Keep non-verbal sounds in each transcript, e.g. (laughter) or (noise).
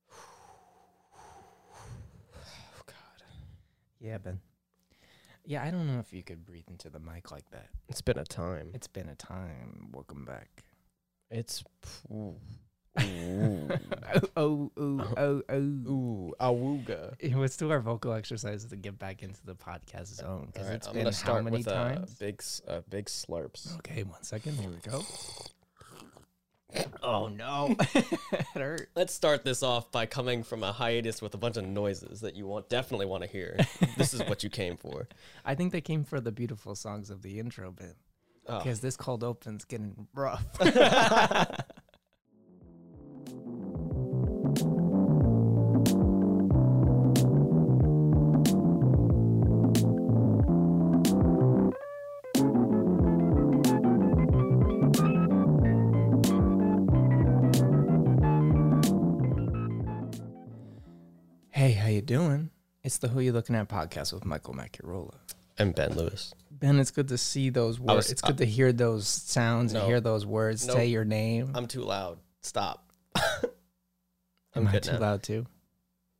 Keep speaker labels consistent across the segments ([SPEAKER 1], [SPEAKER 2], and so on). [SPEAKER 1] (sighs) Yeah, Ben. Oh, Yeah, I don't know if you could breathe into the mic like that.
[SPEAKER 2] It's been a time.
[SPEAKER 1] It's been a time. Welcome back.
[SPEAKER 2] It's ooh,
[SPEAKER 1] (laughs) oh, oh, oh, oh.
[SPEAKER 2] (laughs) ooh awooga.
[SPEAKER 1] Let's do our vocal exercises to get back into the podcast zone because
[SPEAKER 2] All right,
[SPEAKER 1] it's
[SPEAKER 2] I'm
[SPEAKER 1] been
[SPEAKER 2] gonna
[SPEAKER 1] how
[SPEAKER 2] start
[SPEAKER 1] many
[SPEAKER 2] with
[SPEAKER 1] times?
[SPEAKER 2] a big, s- a big slurps.
[SPEAKER 1] Okay, one second. Here we go. (laughs) Oh no, (laughs) it hurt.
[SPEAKER 2] Let's start this off by coming from a hiatus with a bunch of noises that you want definitely want to hear. this is what you came
[SPEAKER 1] (laughs)
[SPEAKER 2] for.
[SPEAKER 1] I think they came for the beautiful songs of the intro, Ben,
[SPEAKER 2] Oh.
[SPEAKER 1] because this cold open's getting rough. hey, how you doing? It's the Who You Looking At podcast with Michael Macarola.
[SPEAKER 2] And Ben Lewis.
[SPEAKER 1] Ben, it's good to see those words.
[SPEAKER 2] was-
[SPEAKER 1] it's good to hear those sounds
[SPEAKER 2] No.
[SPEAKER 1] and hear those words.
[SPEAKER 2] Nope.
[SPEAKER 1] Say your name.
[SPEAKER 2] I'm too loud. Stop. (laughs) I'm
[SPEAKER 1] am I
[SPEAKER 2] good
[SPEAKER 1] too
[SPEAKER 2] now.
[SPEAKER 1] loud too?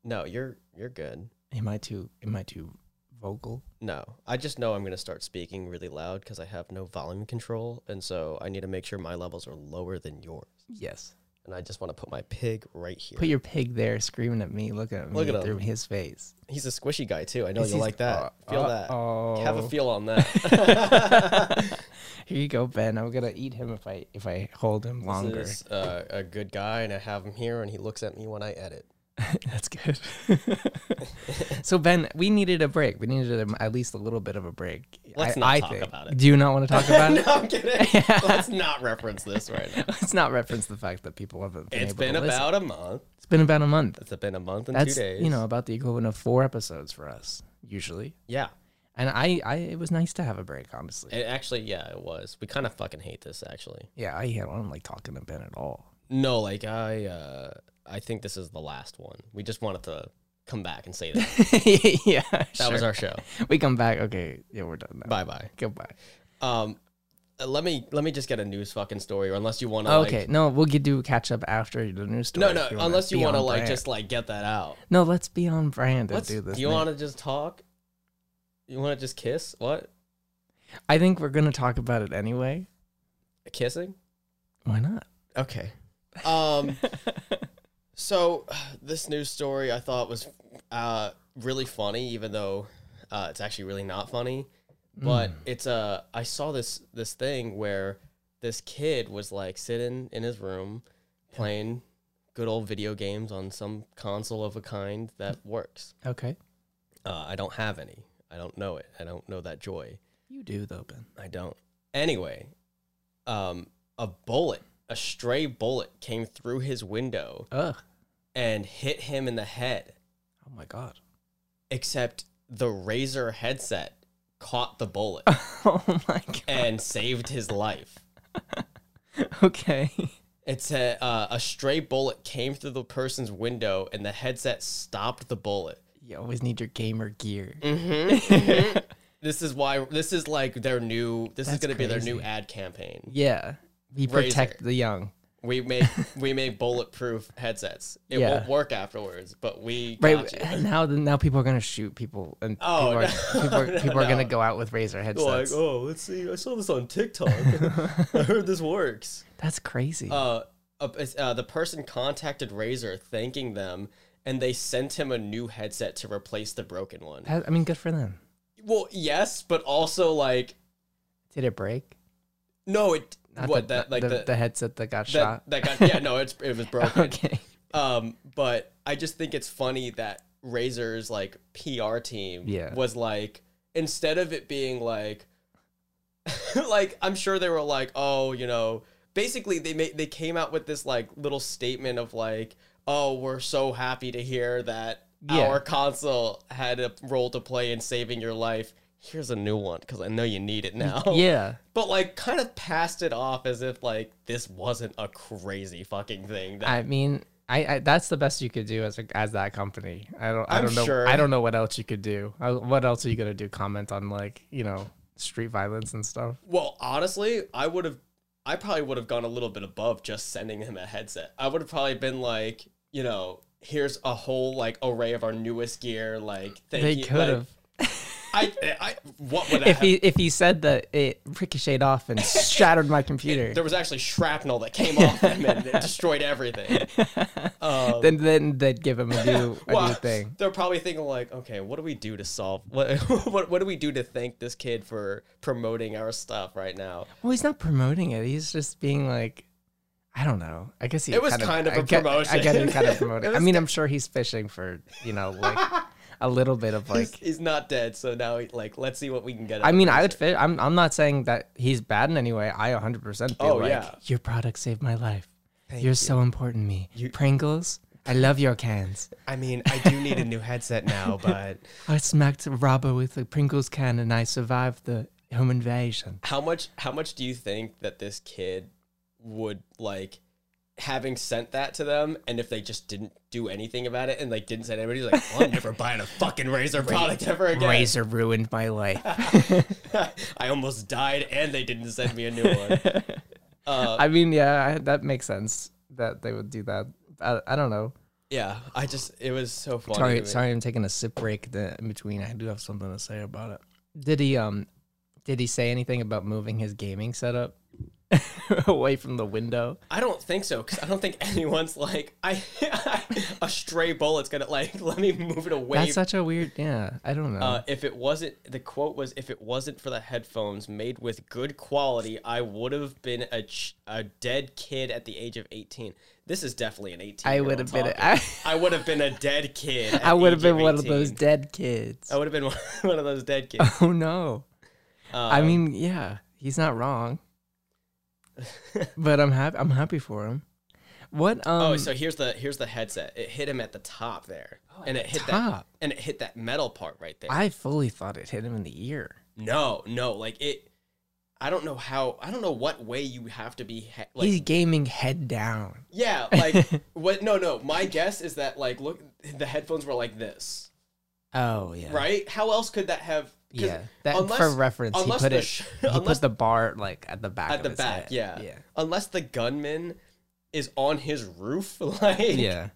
[SPEAKER 2] No, you're you're good.
[SPEAKER 1] Am I too? Am I too vocal?
[SPEAKER 2] No, I just know I'm going to start speaking really loud because I have no volume control, and so I need to make sure my levels are lower than yours.
[SPEAKER 1] Yes.
[SPEAKER 2] And I just want to put my pig right here.
[SPEAKER 1] Put your pig there, screaming at me, looking at me
[SPEAKER 2] Look at him.
[SPEAKER 1] through his face.
[SPEAKER 2] He's a squishy guy too. I know
[SPEAKER 1] Yes,
[SPEAKER 2] you
[SPEAKER 1] he's-
[SPEAKER 2] like that.
[SPEAKER 1] uh,
[SPEAKER 2] feel
[SPEAKER 1] uh,
[SPEAKER 2] that.
[SPEAKER 1] Oh.
[SPEAKER 2] Have a feel on that.
[SPEAKER 1] (laughs) Here you go, Ben. I'm gonna eat him if I if I hold him longer.
[SPEAKER 2] This is uh, a good guy, and I have him here, and he looks at me when I edit.
[SPEAKER 1] (laughs) (laughs) That's good. (laughs) so Ben, we needed a break. We needed a, at least a little bit of a break.
[SPEAKER 2] Let's
[SPEAKER 1] I,
[SPEAKER 2] not
[SPEAKER 1] I
[SPEAKER 2] talk
[SPEAKER 1] think.
[SPEAKER 2] about it.
[SPEAKER 1] Do you not want to talk about
[SPEAKER 2] (laughs) no,
[SPEAKER 1] it?
[SPEAKER 2] I'm kidding.
[SPEAKER 1] (laughs)
[SPEAKER 2] Let's not reference this right now.
[SPEAKER 1] Let's not reference the fact that people haven't. Been
[SPEAKER 2] It's
[SPEAKER 1] able
[SPEAKER 2] been
[SPEAKER 1] to listen.
[SPEAKER 2] about a month.
[SPEAKER 1] It's been about a month.
[SPEAKER 2] It's been a month and
[SPEAKER 1] That's
[SPEAKER 2] two days.
[SPEAKER 1] you know about the equivalent of four episodes for us usually.
[SPEAKER 2] Yeah.
[SPEAKER 1] And I, I it was nice to have a break, honestly.
[SPEAKER 2] It actually, yeah, it was. We kind of fucking hate this actually.
[SPEAKER 1] yeah, I, I don't like talking to Ben at
[SPEAKER 2] (laughs)
[SPEAKER 1] all.
[SPEAKER 2] No, like I, uh, I think this is the last one. We just wanted to come back and
[SPEAKER 1] (laughs)
[SPEAKER 2] say that
[SPEAKER 1] yeah,
[SPEAKER 2] that was our show.
[SPEAKER 1] we come back. Okay, yeah, we're done now.
[SPEAKER 2] Bye bye.
[SPEAKER 1] Goodbye.
[SPEAKER 2] Um, uh, let me let me just get a news fucking story, or unless you want to.
[SPEAKER 1] okay, no, we'll get do catch up after the news story.
[SPEAKER 2] Like, no, no.
[SPEAKER 1] if wanna
[SPEAKER 2] unless you
[SPEAKER 1] be
[SPEAKER 2] want to
[SPEAKER 1] on
[SPEAKER 2] like
[SPEAKER 1] brand.
[SPEAKER 2] just like get that out.
[SPEAKER 1] no, let's be on brand and
[SPEAKER 2] Let's,
[SPEAKER 1] do this.
[SPEAKER 2] you
[SPEAKER 1] next.
[SPEAKER 2] want to just talk? You want to just kiss? What?
[SPEAKER 1] I think we're gonna talk about it anyway.
[SPEAKER 2] Kissing?
[SPEAKER 1] Why not?
[SPEAKER 2] Okay.
[SPEAKER 1] (laughs)
[SPEAKER 2] Um. so (sighs) this news story I thought was uh really funny, even though uh, it's actually really not funny. (laughs)
[SPEAKER 1] Hmm.
[SPEAKER 2] But
[SPEAKER 1] Mm,
[SPEAKER 2] it's uh, I saw this this thing where this kid was like sitting in his room playing good old video games on some console of a kind that works.
[SPEAKER 1] Okay,
[SPEAKER 2] Uh, I don't have any. I don't know it. I don't know that joy.
[SPEAKER 1] you do though, Ben.
[SPEAKER 2] I don't. Anyway, um, a bullet, a stray bullet came through his window
[SPEAKER 1] Ugh.
[SPEAKER 2] and hit him in the head,
[SPEAKER 1] Oh my god.
[SPEAKER 2] except the Razor headset caught the
[SPEAKER 1] (laughs)
[SPEAKER 2] bullet (laughs)
[SPEAKER 1] oh my god.
[SPEAKER 2] and saved his life.
[SPEAKER 1] Okay.
[SPEAKER 2] It said uh, a stray bullet came through the person's window and the headset stopped the bullet.
[SPEAKER 1] You always need your gamer gear.
[SPEAKER 2] Mm. (laughs) This is why, this is like their new, this is
[SPEAKER 1] That's
[SPEAKER 2] going to be their new
[SPEAKER 1] crazy.
[SPEAKER 2] ad campaign.
[SPEAKER 1] Yeah. We protect
[SPEAKER 2] Razor.
[SPEAKER 1] the young.
[SPEAKER 2] We make we make bulletproof headsets. It
[SPEAKER 1] Yeah.
[SPEAKER 2] won't work afterwards, but we got
[SPEAKER 1] Right uh, (laughs)
[SPEAKER 2] you.
[SPEAKER 1] now, now people are gonna shoot people, and
[SPEAKER 2] Oh,
[SPEAKER 1] people are,
[SPEAKER 2] no,
[SPEAKER 1] people are,
[SPEAKER 2] (laughs) no,
[SPEAKER 1] people are
[SPEAKER 2] no.
[SPEAKER 1] gonna go out with razor headsets.
[SPEAKER 2] oh, let's see. I saw this on TikTok. (laughs) I heard this works.
[SPEAKER 1] That's crazy.
[SPEAKER 2] Uh, uh, uh, the person contacted Razer, thanking them, and they sent him a new headset to replace the broken one.
[SPEAKER 1] That- I mean, good for them.
[SPEAKER 2] Well, yes, but also like,
[SPEAKER 1] Did it break?
[SPEAKER 2] no, it
[SPEAKER 1] Not
[SPEAKER 2] what
[SPEAKER 1] the,
[SPEAKER 2] that like
[SPEAKER 1] the,
[SPEAKER 2] the,
[SPEAKER 1] the headset that got
[SPEAKER 2] that,
[SPEAKER 1] shot. (laughs)
[SPEAKER 2] that got yeah no it's it was broken. (laughs)
[SPEAKER 1] okay.
[SPEAKER 2] Um, but I just think it's funny that Razor's like PR team
[SPEAKER 1] Yeah.
[SPEAKER 2] was like instead of it being like (laughs) like I'm sure they were like, "Oh, you know, basically they made they came out with this like little statement of like, "Oh, we're so happy to hear that
[SPEAKER 1] Yeah.
[SPEAKER 2] our console had a role to play in saving your life. Here's a new one cuz I know you need it now."
[SPEAKER 1] Yeah.
[SPEAKER 2] (laughs) But like kind of passed it off as if like this wasn't a crazy fucking thing that
[SPEAKER 1] I mean, I, I that's the best you could do as a, as that company. I don't. I
[SPEAKER 2] I'm
[SPEAKER 1] don't know.
[SPEAKER 2] sure.
[SPEAKER 1] I don't know what else you could do. I, what else are you gonna do? Comment on like you know street violence and stuff.
[SPEAKER 2] Well, honestly, I would have, I probably would have gone a little bit above just sending him a headset. I would have probably been like, you know, here's a whole like array of our newest gear. Like, thank
[SPEAKER 1] They
[SPEAKER 2] you.
[SPEAKER 1] could
[SPEAKER 2] like,
[SPEAKER 1] have.
[SPEAKER 2] I, I, what would that
[SPEAKER 1] if
[SPEAKER 2] have
[SPEAKER 1] he if he said that it ricocheted off and shattered my computer,
[SPEAKER 2] (laughs) There was actually shrapnel that came off him and it destroyed
[SPEAKER 1] (laughs)
[SPEAKER 2] everything. Um,
[SPEAKER 1] then then they'd give him a
[SPEAKER 2] (laughs)
[SPEAKER 1] new, a new
[SPEAKER 2] well,
[SPEAKER 1] thing.
[SPEAKER 2] they're probably thinking like, okay, what do we do to solve (laughs) what, what what do we do to thank this kid for promoting our stuff right now?
[SPEAKER 1] Well, he's not promoting it. He's just being like, I don't know. I guess he.
[SPEAKER 2] It was kind of
[SPEAKER 1] a
[SPEAKER 2] a
[SPEAKER 1] I
[SPEAKER 2] promotion.
[SPEAKER 1] get it.
[SPEAKER 2] (laughs)
[SPEAKER 1] Kind of promoting. I
[SPEAKER 2] was
[SPEAKER 1] mean, I'm sure he's fishing for you know
[SPEAKER 2] (laughs)
[SPEAKER 1] like a little bit of like.
[SPEAKER 2] He's, he's not dead, so now he, like let's see what we can get. out
[SPEAKER 1] I
[SPEAKER 2] of
[SPEAKER 1] mean,
[SPEAKER 2] this.
[SPEAKER 1] I would fit. I'm I'm not saying that he's bad in any way. I 100 percent feel
[SPEAKER 2] Oh,
[SPEAKER 1] like
[SPEAKER 2] yeah.
[SPEAKER 1] your product saved my life. You're so important to me,
[SPEAKER 2] You-
[SPEAKER 1] Pringles. I love your cans.
[SPEAKER 2] I mean, I do need a new headset (laughs) now, but
[SPEAKER 1] I smacked a robber with a Pringles can and I survived the home invasion.
[SPEAKER 2] how much how much do you think that this kid would like having sent that to them and if they just didn't do anything about it and like didn't send anybody like well, i'm (laughs) never buying a fucking razor product ever again
[SPEAKER 1] Razor ruined my life.
[SPEAKER 2] (laughs) i almost died and they didn't send me a new (laughs) one
[SPEAKER 1] I mean, yeah, I, that makes sense that they would do that. I, I don't know.
[SPEAKER 2] yeah i just it was so funny
[SPEAKER 1] Sorry,
[SPEAKER 2] to me.
[SPEAKER 1] sorry, I'm taking a sip break the, in between. I do have something to say about it. Did he um, did he say anything about moving his gaming setup (laughs) away from the window?
[SPEAKER 2] i don't think so because i don't think (laughs) anyone's like i (laughs) a stray bullet's gonna like let me move it away
[SPEAKER 1] That's such a weird. Yeah, I don't know.
[SPEAKER 2] Uh, if it wasn't, the quote was, "If it wasn't for the headphones made with good quality, I would have been a ch- a dead kid at the age of 18." This is definitely an 18.
[SPEAKER 1] I would have been. (laughs) I,
[SPEAKER 2] I would have been a dead kid.
[SPEAKER 1] (laughs)
[SPEAKER 2] at
[SPEAKER 1] I
[SPEAKER 2] the
[SPEAKER 1] would have
[SPEAKER 2] age
[SPEAKER 1] been one of
[SPEAKER 2] 18.
[SPEAKER 1] those dead kids.
[SPEAKER 2] I would have been (laughs) one, one of those dead kids. Um,
[SPEAKER 1] Oh no. (laughs) I mean, yeah, he's not
[SPEAKER 2] (laughs)
[SPEAKER 1] wrong. but I'm happy I'm happy for him. What um
[SPEAKER 2] Oh, so here's the here's the headset. It hit him at the top there, and it hit
[SPEAKER 1] Oh, top.
[SPEAKER 2] that and it hit that metal part right there.
[SPEAKER 1] I fully thought it hit him in the ear.
[SPEAKER 2] no, no, like it. I don't know how. I don't know what way you have to be. He- like,
[SPEAKER 1] he's gaming head down. (laughs)
[SPEAKER 2] Yeah, like what? No, no. My guess is that like look, the headphones were like this,
[SPEAKER 1] Oh yeah.
[SPEAKER 2] right? How else could that have? 'cause
[SPEAKER 1] Yeah. That for reference he
[SPEAKER 2] unless
[SPEAKER 1] put
[SPEAKER 2] the
[SPEAKER 1] it
[SPEAKER 2] sh-
[SPEAKER 1] he
[SPEAKER 2] unless
[SPEAKER 1] put the bar like at the back
[SPEAKER 2] at
[SPEAKER 1] of
[SPEAKER 2] the
[SPEAKER 1] his
[SPEAKER 2] back,
[SPEAKER 1] head.
[SPEAKER 2] yeah. (laughs)
[SPEAKER 1] Yeah.
[SPEAKER 2] Unless the gunman is on his roof, (laughs) like
[SPEAKER 1] Yeah.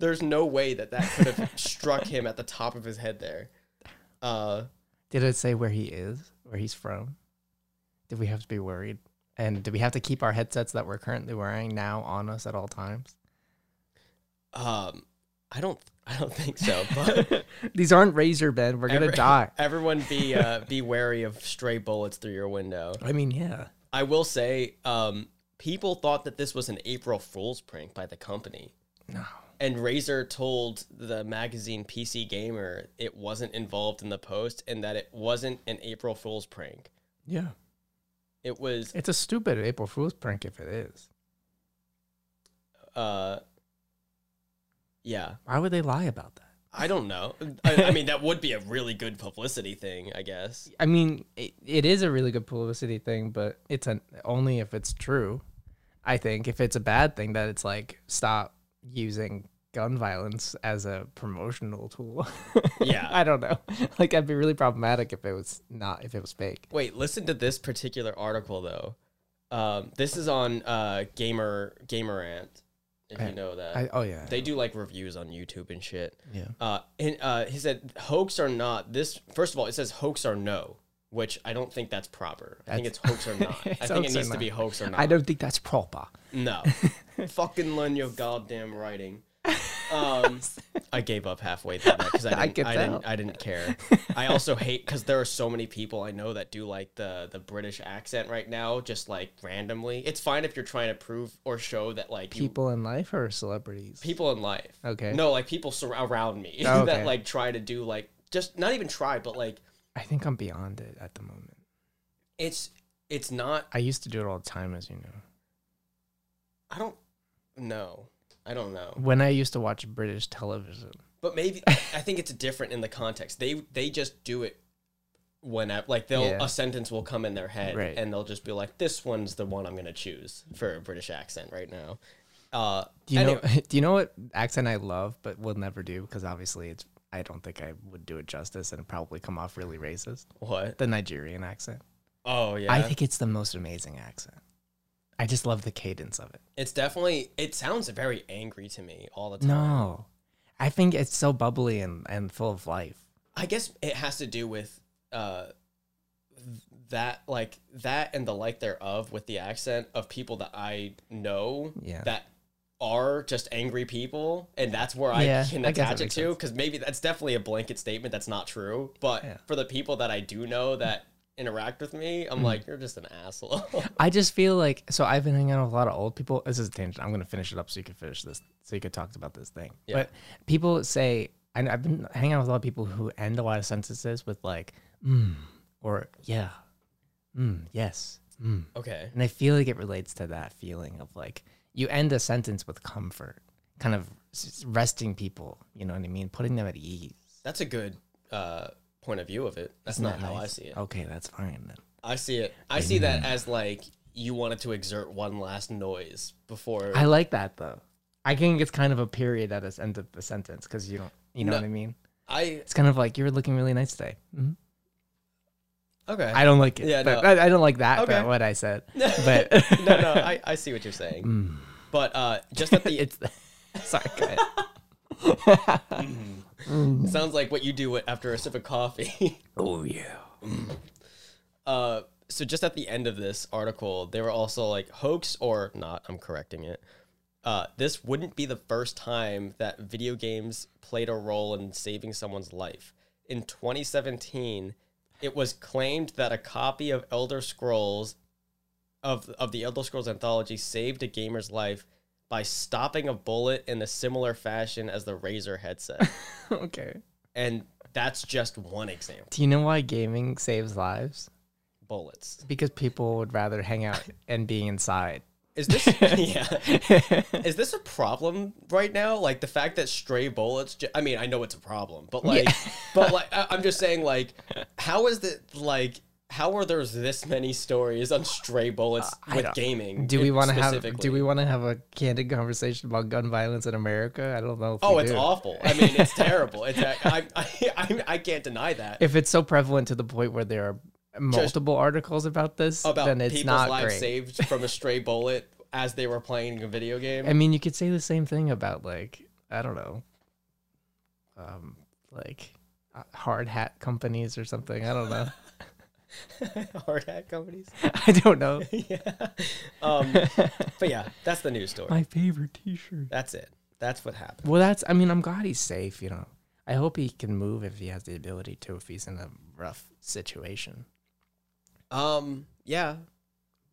[SPEAKER 2] there's no way that that could have struck him at the top of his head there. Uh,
[SPEAKER 1] Did it say where he is? Where he's from? Did we have to be worried? And do we have to keep our headsets that we're currently wearing now on us at all
[SPEAKER 2] (laughs)
[SPEAKER 1] times?
[SPEAKER 2] um, I don't, I don't think so.
[SPEAKER 1] (laughs)
[SPEAKER 2] But
[SPEAKER 1] These aren't razor Ben. We're gonna
[SPEAKER 2] every-
[SPEAKER 1] die.
[SPEAKER 2] everyone be uh, be wary of stray bullets through your window.
[SPEAKER 1] I mean, yeah.
[SPEAKER 2] I will say, um, people thought that this was an April Fool's prank by the company.
[SPEAKER 1] No.
[SPEAKER 2] And Razor told the magazine PC Gamer it wasn't involved in the post and that it wasn't an April Fool's prank.
[SPEAKER 1] Yeah.
[SPEAKER 2] It was,
[SPEAKER 1] It's a stupid April Fool's prank if it is.
[SPEAKER 2] uh, yeah,
[SPEAKER 1] Why would they lie about that?
[SPEAKER 2] I don't know. I, I mean, that would be a really good publicity thing, I
[SPEAKER 1] (laughs)
[SPEAKER 2] guess.
[SPEAKER 1] I mean, it, it is a really good publicity thing, but it's an, only if it's true. I think if it's a bad thing, that it's like stop using gun violence as a promotional tool. (laughs)
[SPEAKER 2] Yeah.
[SPEAKER 1] I don't know. (laughs) Like, I'd be really problematic if it was not if it was fake.
[SPEAKER 2] Wait, listen to this particular article though. Um, this is on uh, Gamer Gamerant, if you know that.
[SPEAKER 1] I, oh yeah.
[SPEAKER 2] They do like reviews on YouTube and shit.
[SPEAKER 1] Yeah.
[SPEAKER 2] Uh, and uh, he said hoax or not. This first of all, it says hoax or no, which I don't think that's proper. I think it's hoax or not.
[SPEAKER 1] (laughs)
[SPEAKER 2] I
[SPEAKER 1] It's hoax
[SPEAKER 2] think it
[SPEAKER 1] or
[SPEAKER 2] needs to
[SPEAKER 1] not.
[SPEAKER 2] be hoax or not.
[SPEAKER 1] I don't think that's (laughs) proper.
[SPEAKER 2] No,
[SPEAKER 1] (laughs)
[SPEAKER 2] fucking learn your goddamn writing. Um, I gave up halfway through that because I
[SPEAKER 1] (laughs) I
[SPEAKER 2] didn't.
[SPEAKER 1] could
[SPEAKER 2] I,
[SPEAKER 1] tell.
[SPEAKER 2] didn't. I didn't care. I also hate because there are so many people I know that do like the the British accent right now, just like randomly. It's fine if you're trying to prove or show that like you
[SPEAKER 1] People in life or celebrities?
[SPEAKER 2] people in life.
[SPEAKER 1] Okay.
[SPEAKER 2] No, like people sur- around me (laughs)
[SPEAKER 1] Oh, okay.
[SPEAKER 2] that like try to do like just not even try, but like
[SPEAKER 1] I think I'm beyond it at the moment.
[SPEAKER 2] it's it's not.
[SPEAKER 1] I used to do it all the time, as you know.
[SPEAKER 2] I don't know. I don't know.
[SPEAKER 1] when I used to watch British television.
[SPEAKER 2] But
[SPEAKER 1] (laughs)
[SPEAKER 2] maybe I think it's different in the context. They they just do it whenever like they'll
[SPEAKER 1] Yeah.
[SPEAKER 2] a sentence will come in their head
[SPEAKER 1] Right.
[SPEAKER 2] and they'll just be like, this one's the one I'm gonna choose for a British accent right now. Uh,
[SPEAKER 1] Do you
[SPEAKER 2] anyway,
[SPEAKER 1] know? (laughs) Do you know what accent I love, but will never do because obviously it's. I don't think I would do it justice, and it'd probably come off really racist.
[SPEAKER 2] what?
[SPEAKER 1] The Nigerian accent.
[SPEAKER 2] Oh yeah,
[SPEAKER 1] I think it's the most amazing accent. I just love the cadence of it.
[SPEAKER 2] it's definitely. It sounds very angry to me all the time.
[SPEAKER 1] No, I think it's so bubbly and, and full of life.
[SPEAKER 2] I guess it has to do with uh, th- that like that and the like thereof with the accent of people that I know
[SPEAKER 1] Yeah.
[SPEAKER 2] that are just angry people, and that's where I
[SPEAKER 1] Yeah,
[SPEAKER 2] can
[SPEAKER 1] I guess that
[SPEAKER 2] attach it
[SPEAKER 1] makes
[SPEAKER 2] to
[SPEAKER 1] sense.
[SPEAKER 2] because maybe that's definitely a blanket statement that's not true. But
[SPEAKER 1] Yeah.
[SPEAKER 2] for the people that I do know that interact with me,
[SPEAKER 1] Mm-hmm.
[SPEAKER 2] I'm like, you're just an asshole. (laughs)
[SPEAKER 1] I just feel like so I've been hanging out with a lot of old people. This is a tangent. I'm gonna finish it up so you can finish this, so you could talk about this thing.
[SPEAKER 2] Yeah.
[SPEAKER 1] But people say, and I've been hanging out with a lot of people who end a lot of sentences with like "mm" or "yeah," "mm," "yes," "mm,"
[SPEAKER 2] okay.
[SPEAKER 1] and I feel like it relates to that feeling of like you end a sentence with comfort, kind of s- resting people. You know what I mean? Putting them at ease.
[SPEAKER 2] That's a good uh, point of view of it. That's
[SPEAKER 1] Isn't
[SPEAKER 2] not
[SPEAKER 1] that
[SPEAKER 2] how I
[SPEAKER 1] nice?
[SPEAKER 2] see it.
[SPEAKER 1] Okay, that's fine then.
[SPEAKER 2] I see it. I see that as like you wanted to exert one last noise before.
[SPEAKER 1] I like that though. I think it's kind of a period at the end of the sentence because you don't, you know
[SPEAKER 2] No.
[SPEAKER 1] what I mean.
[SPEAKER 2] I
[SPEAKER 1] It's kind of like you're looking really nice today.
[SPEAKER 2] okay.
[SPEAKER 1] I don't like it.
[SPEAKER 2] Mm-hmm. Yeah,
[SPEAKER 1] but-
[SPEAKER 2] no.
[SPEAKER 1] I, I don't like that.
[SPEAKER 2] Okay.
[SPEAKER 1] But what I
[SPEAKER 2] (laughs)
[SPEAKER 1] said, but
[SPEAKER 2] no, no, I, I see what you're saying. But uh, just at the
[SPEAKER 1] it's sorry. Go ahead.
[SPEAKER 2] it sounds like what you do after a sip of coffee.
[SPEAKER 1] Oh yeah.
[SPEAKER 2] uh, so just at the end of this article, they were also like hoax or not. I'm correcting it. Uh, this wouldn't be the first time that video games played a role in saving someone's life. In 2017, it was claimed that a copy of Elder Scrolls of of the Elder Scrolls anthology saved a gamer's life by stopping a bullet in a similar fashion as the Razer headset.
[SPEAKER 1] okay.
[SPEAKER 2] and that's just one example.
[SPEAKER 1] Do you know why gaming saves lives?
[SPEAKER 2] Bullets.
[SPEAKER 1] Because people would rather hang out and being inside.
[SPEAKER 2] Is this
[SPEAKER 1] (laughs)
[SPEAKER 2] yeah? Is this a problem right now? Like the fact that stray bullets. Ju- I mean, I know it's a problem, but like, but like, I- I'm just
[SPEAKER 1] (laughs)
[SPEAKER 2] saying, like, how is that like? How are there's this many stories on stray bullets
[SPEAKER 1] I
[SPEAKER 2] with
[SPEAKER 1] don't-
[SPEAKER 2] gaming?
[SPEAKER 1] Do we
[SPEAKER 2] in-
[SPEAKER 1] want to have?
[SPEAKER 2] specifically?
[SPEAKER 1] Do we want to have a candid conversation about gun violence in America? I don't know. If
[SPEAKER 2] Oh,
[SPEAKER 1] we
[SPEAKER 2] it's
[SPEAKER 1] do.
[SPEAKER 2] awful. I mean, it's terrible. It's I, I, (laughs) I, I can't deny that.
[SPEAKER 1] If it's so prevalent to the point where there are multiple articles about this,
[SPEAKER 2] About
[SPEAKER 1] then it's
[SPEAKER 2] people's
[SPEAKER 1] not
[SPEAKER 2] lives
[SPEAKER 1] great.
[SPEAKER 2] saved from a stray bullet as they were playing a video game.
[SPEAKER 1] I mean, you could say the same thing about like I don't know, um, like uh, hard hat companies or something. I don't know. (laughs)
[SPEAKER 2] (laughs) Hard hat companies.
[SPEAKER 1] I don't know.
[SPEAKER 2] yeah.
[SPEAKER 1] (laughs)
[SPEAKER 2] Um, but yeah, that's the news story.
[SPEAKER 1] My favorite T-shirt.
[SPEAKER 2] That's it. That's what happened.
[SPEAKER 1] Well, that's. I mean, I'm glad he's safe. You know, I hope he can move if he has the ability to. If he's in a rough situation,
[SPEAKER 2] Um, yeah.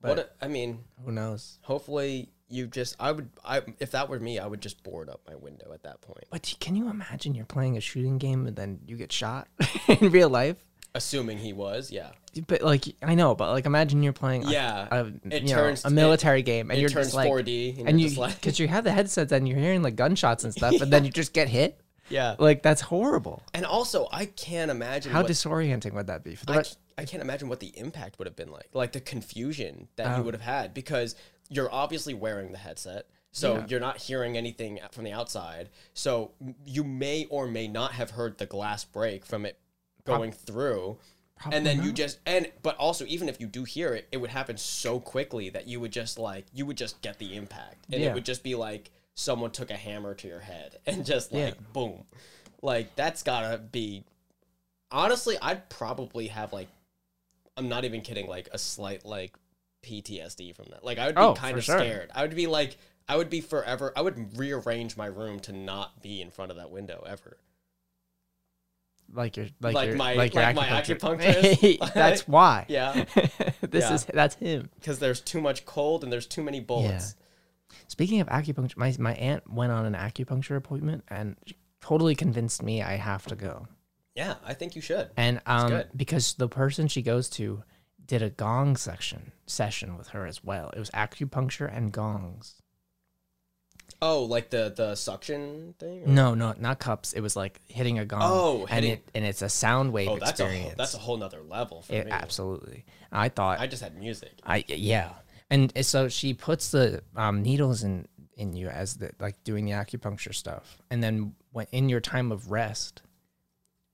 [SPEAKER 1] But-
[SPEAKER 2] But what a- I mean,
[SPEAKER 1] who knows?
[SPEAKER 2] hopefully you just I would I if that were me, I would just board up my window at that point.
[SPEAKER 1] But you- can you imagine you're playing a shooting game and then you get shot (laughs) in real life?
[SPEAKER 2] Assuming he was, yeah.
[SPEAKER 1] But like, I know. But like, imagine you're playing like,
[SPEAKER 2] Yeah.
[SPEAKER 1] a,
[SPEAKER 2] It
[SPEAKER 1] you know,
[SPEAKER 2] turns-
[SPEAKER 1] a
[SPEAKER 2] it-
[SPEAKER 1] military game and
[SPEAKER 2] it
[SPEAKER 1] you're
[SPEAKER 2] turns
[SPEAKER 1] just like
[SPEAKER 2] 4D and,
[SPEAKER 1] and
[SPEAKER 2] you're
[SPEAKER 1] you (laughs)
[SPEAKER 2] just like
[SPEAKER 1] because you have the headset and you're hearing like gunshots and stuff
[SPEAKER 2] (laughs)
[SPEAKER 1] and then you just get hit
[SPEAKER 2] yeah.
[SPEAKER 1] like that's horrible
[SPEAKER 2] And also, I can't imagine
[SPEAKER 1] how
[SPEAKER 2] what,
[SPEAKER 1] disorienting would that be for the
[SPEAKER 2] I,
[SPEAKER 1] rest
[SPEAKER 2] c- I can't imagine what the impact would have been like, like the confusion that you would have had because you're obviously wearing the headset. So you're not hearing anything from the outside. So m- you may or may not have heard the glass break from it going through. and then you just and but also even if you do hear it, it would happen so quickly that you would just like you would just get the impact. And
[SPEAKER 1] Yeah.
[SPEAKER 2] it would just be like someone took a hammer to your head (laughs) and just like boom. Like that's got to be honestly, I'd probably have like, I'm not even kidding, like a slight like PTSD from that. Like I would be
[SPEAKER 1] Oh,
[SPEAKER 2] kind
[SPEAKER 1] for
[SPEAKER 2] of
[SPEAKER 1] sure.
[SPEAKER 2] scared. I would be like, I would be forever. I would rearrange my room to not be in front of that window ever.
[SPEAKER 1] like your like,
[SPEAKER 2] like
[SPEAKER 1] your,
[SPEAKER 2] my-
[SPEAKER 1] like, your
[SPEAKER 2] like
[SPEAKER 1] (laughs)
[SPEAKER 2] my (laughs) acupuncturist?
[SPEAKER 1] that's why
[SPEAKER 2] Yeah,
[SPEAKER 1] (laughs) this
[SPEAKER 2] Yeah.
[SPEAKER 1] is that's him
[SPEAKER 2] because there's too much cold and there's too many bullets.
[SPEAKER 1] speaking of acupuncture my, my aunt went on an acupuncture appointment and she totally convinced me i have to go
[SPEAKER 2] Yeah, I think you should.
[SPEAKER 1] and um
[SPEAKER 2] good.
[SPEAKER 1] because the person she goes to did a gong section session with her as well it was acupuncture and gongs
[SPEAKER 2] Oh, like the the suction thing. or-
[SPEAKER 1] No, no, not cups. It was like hitting a gong.
[SPEAKER 2] Oh,
[SPEAKER 1] and
[SPEAKER 2] hitting-
[SPEAKER 1] it and it's a sound wave
[SPEAKER 2] Oh, that's a whole,
[SPEAKER 1] experience.
[SPEAKER 2] that's a whole nother level for
[SPEAKER 1] It-
[SPEAKER 2] me.
[SPEAKER 1] absolutely. I thought
[SPEAKER 2] I just had music.
[SPEAKER 1] I yeah, and so she puts the um, needles in in you as the like doing the acupuncture stuff, and then when in your time of rest,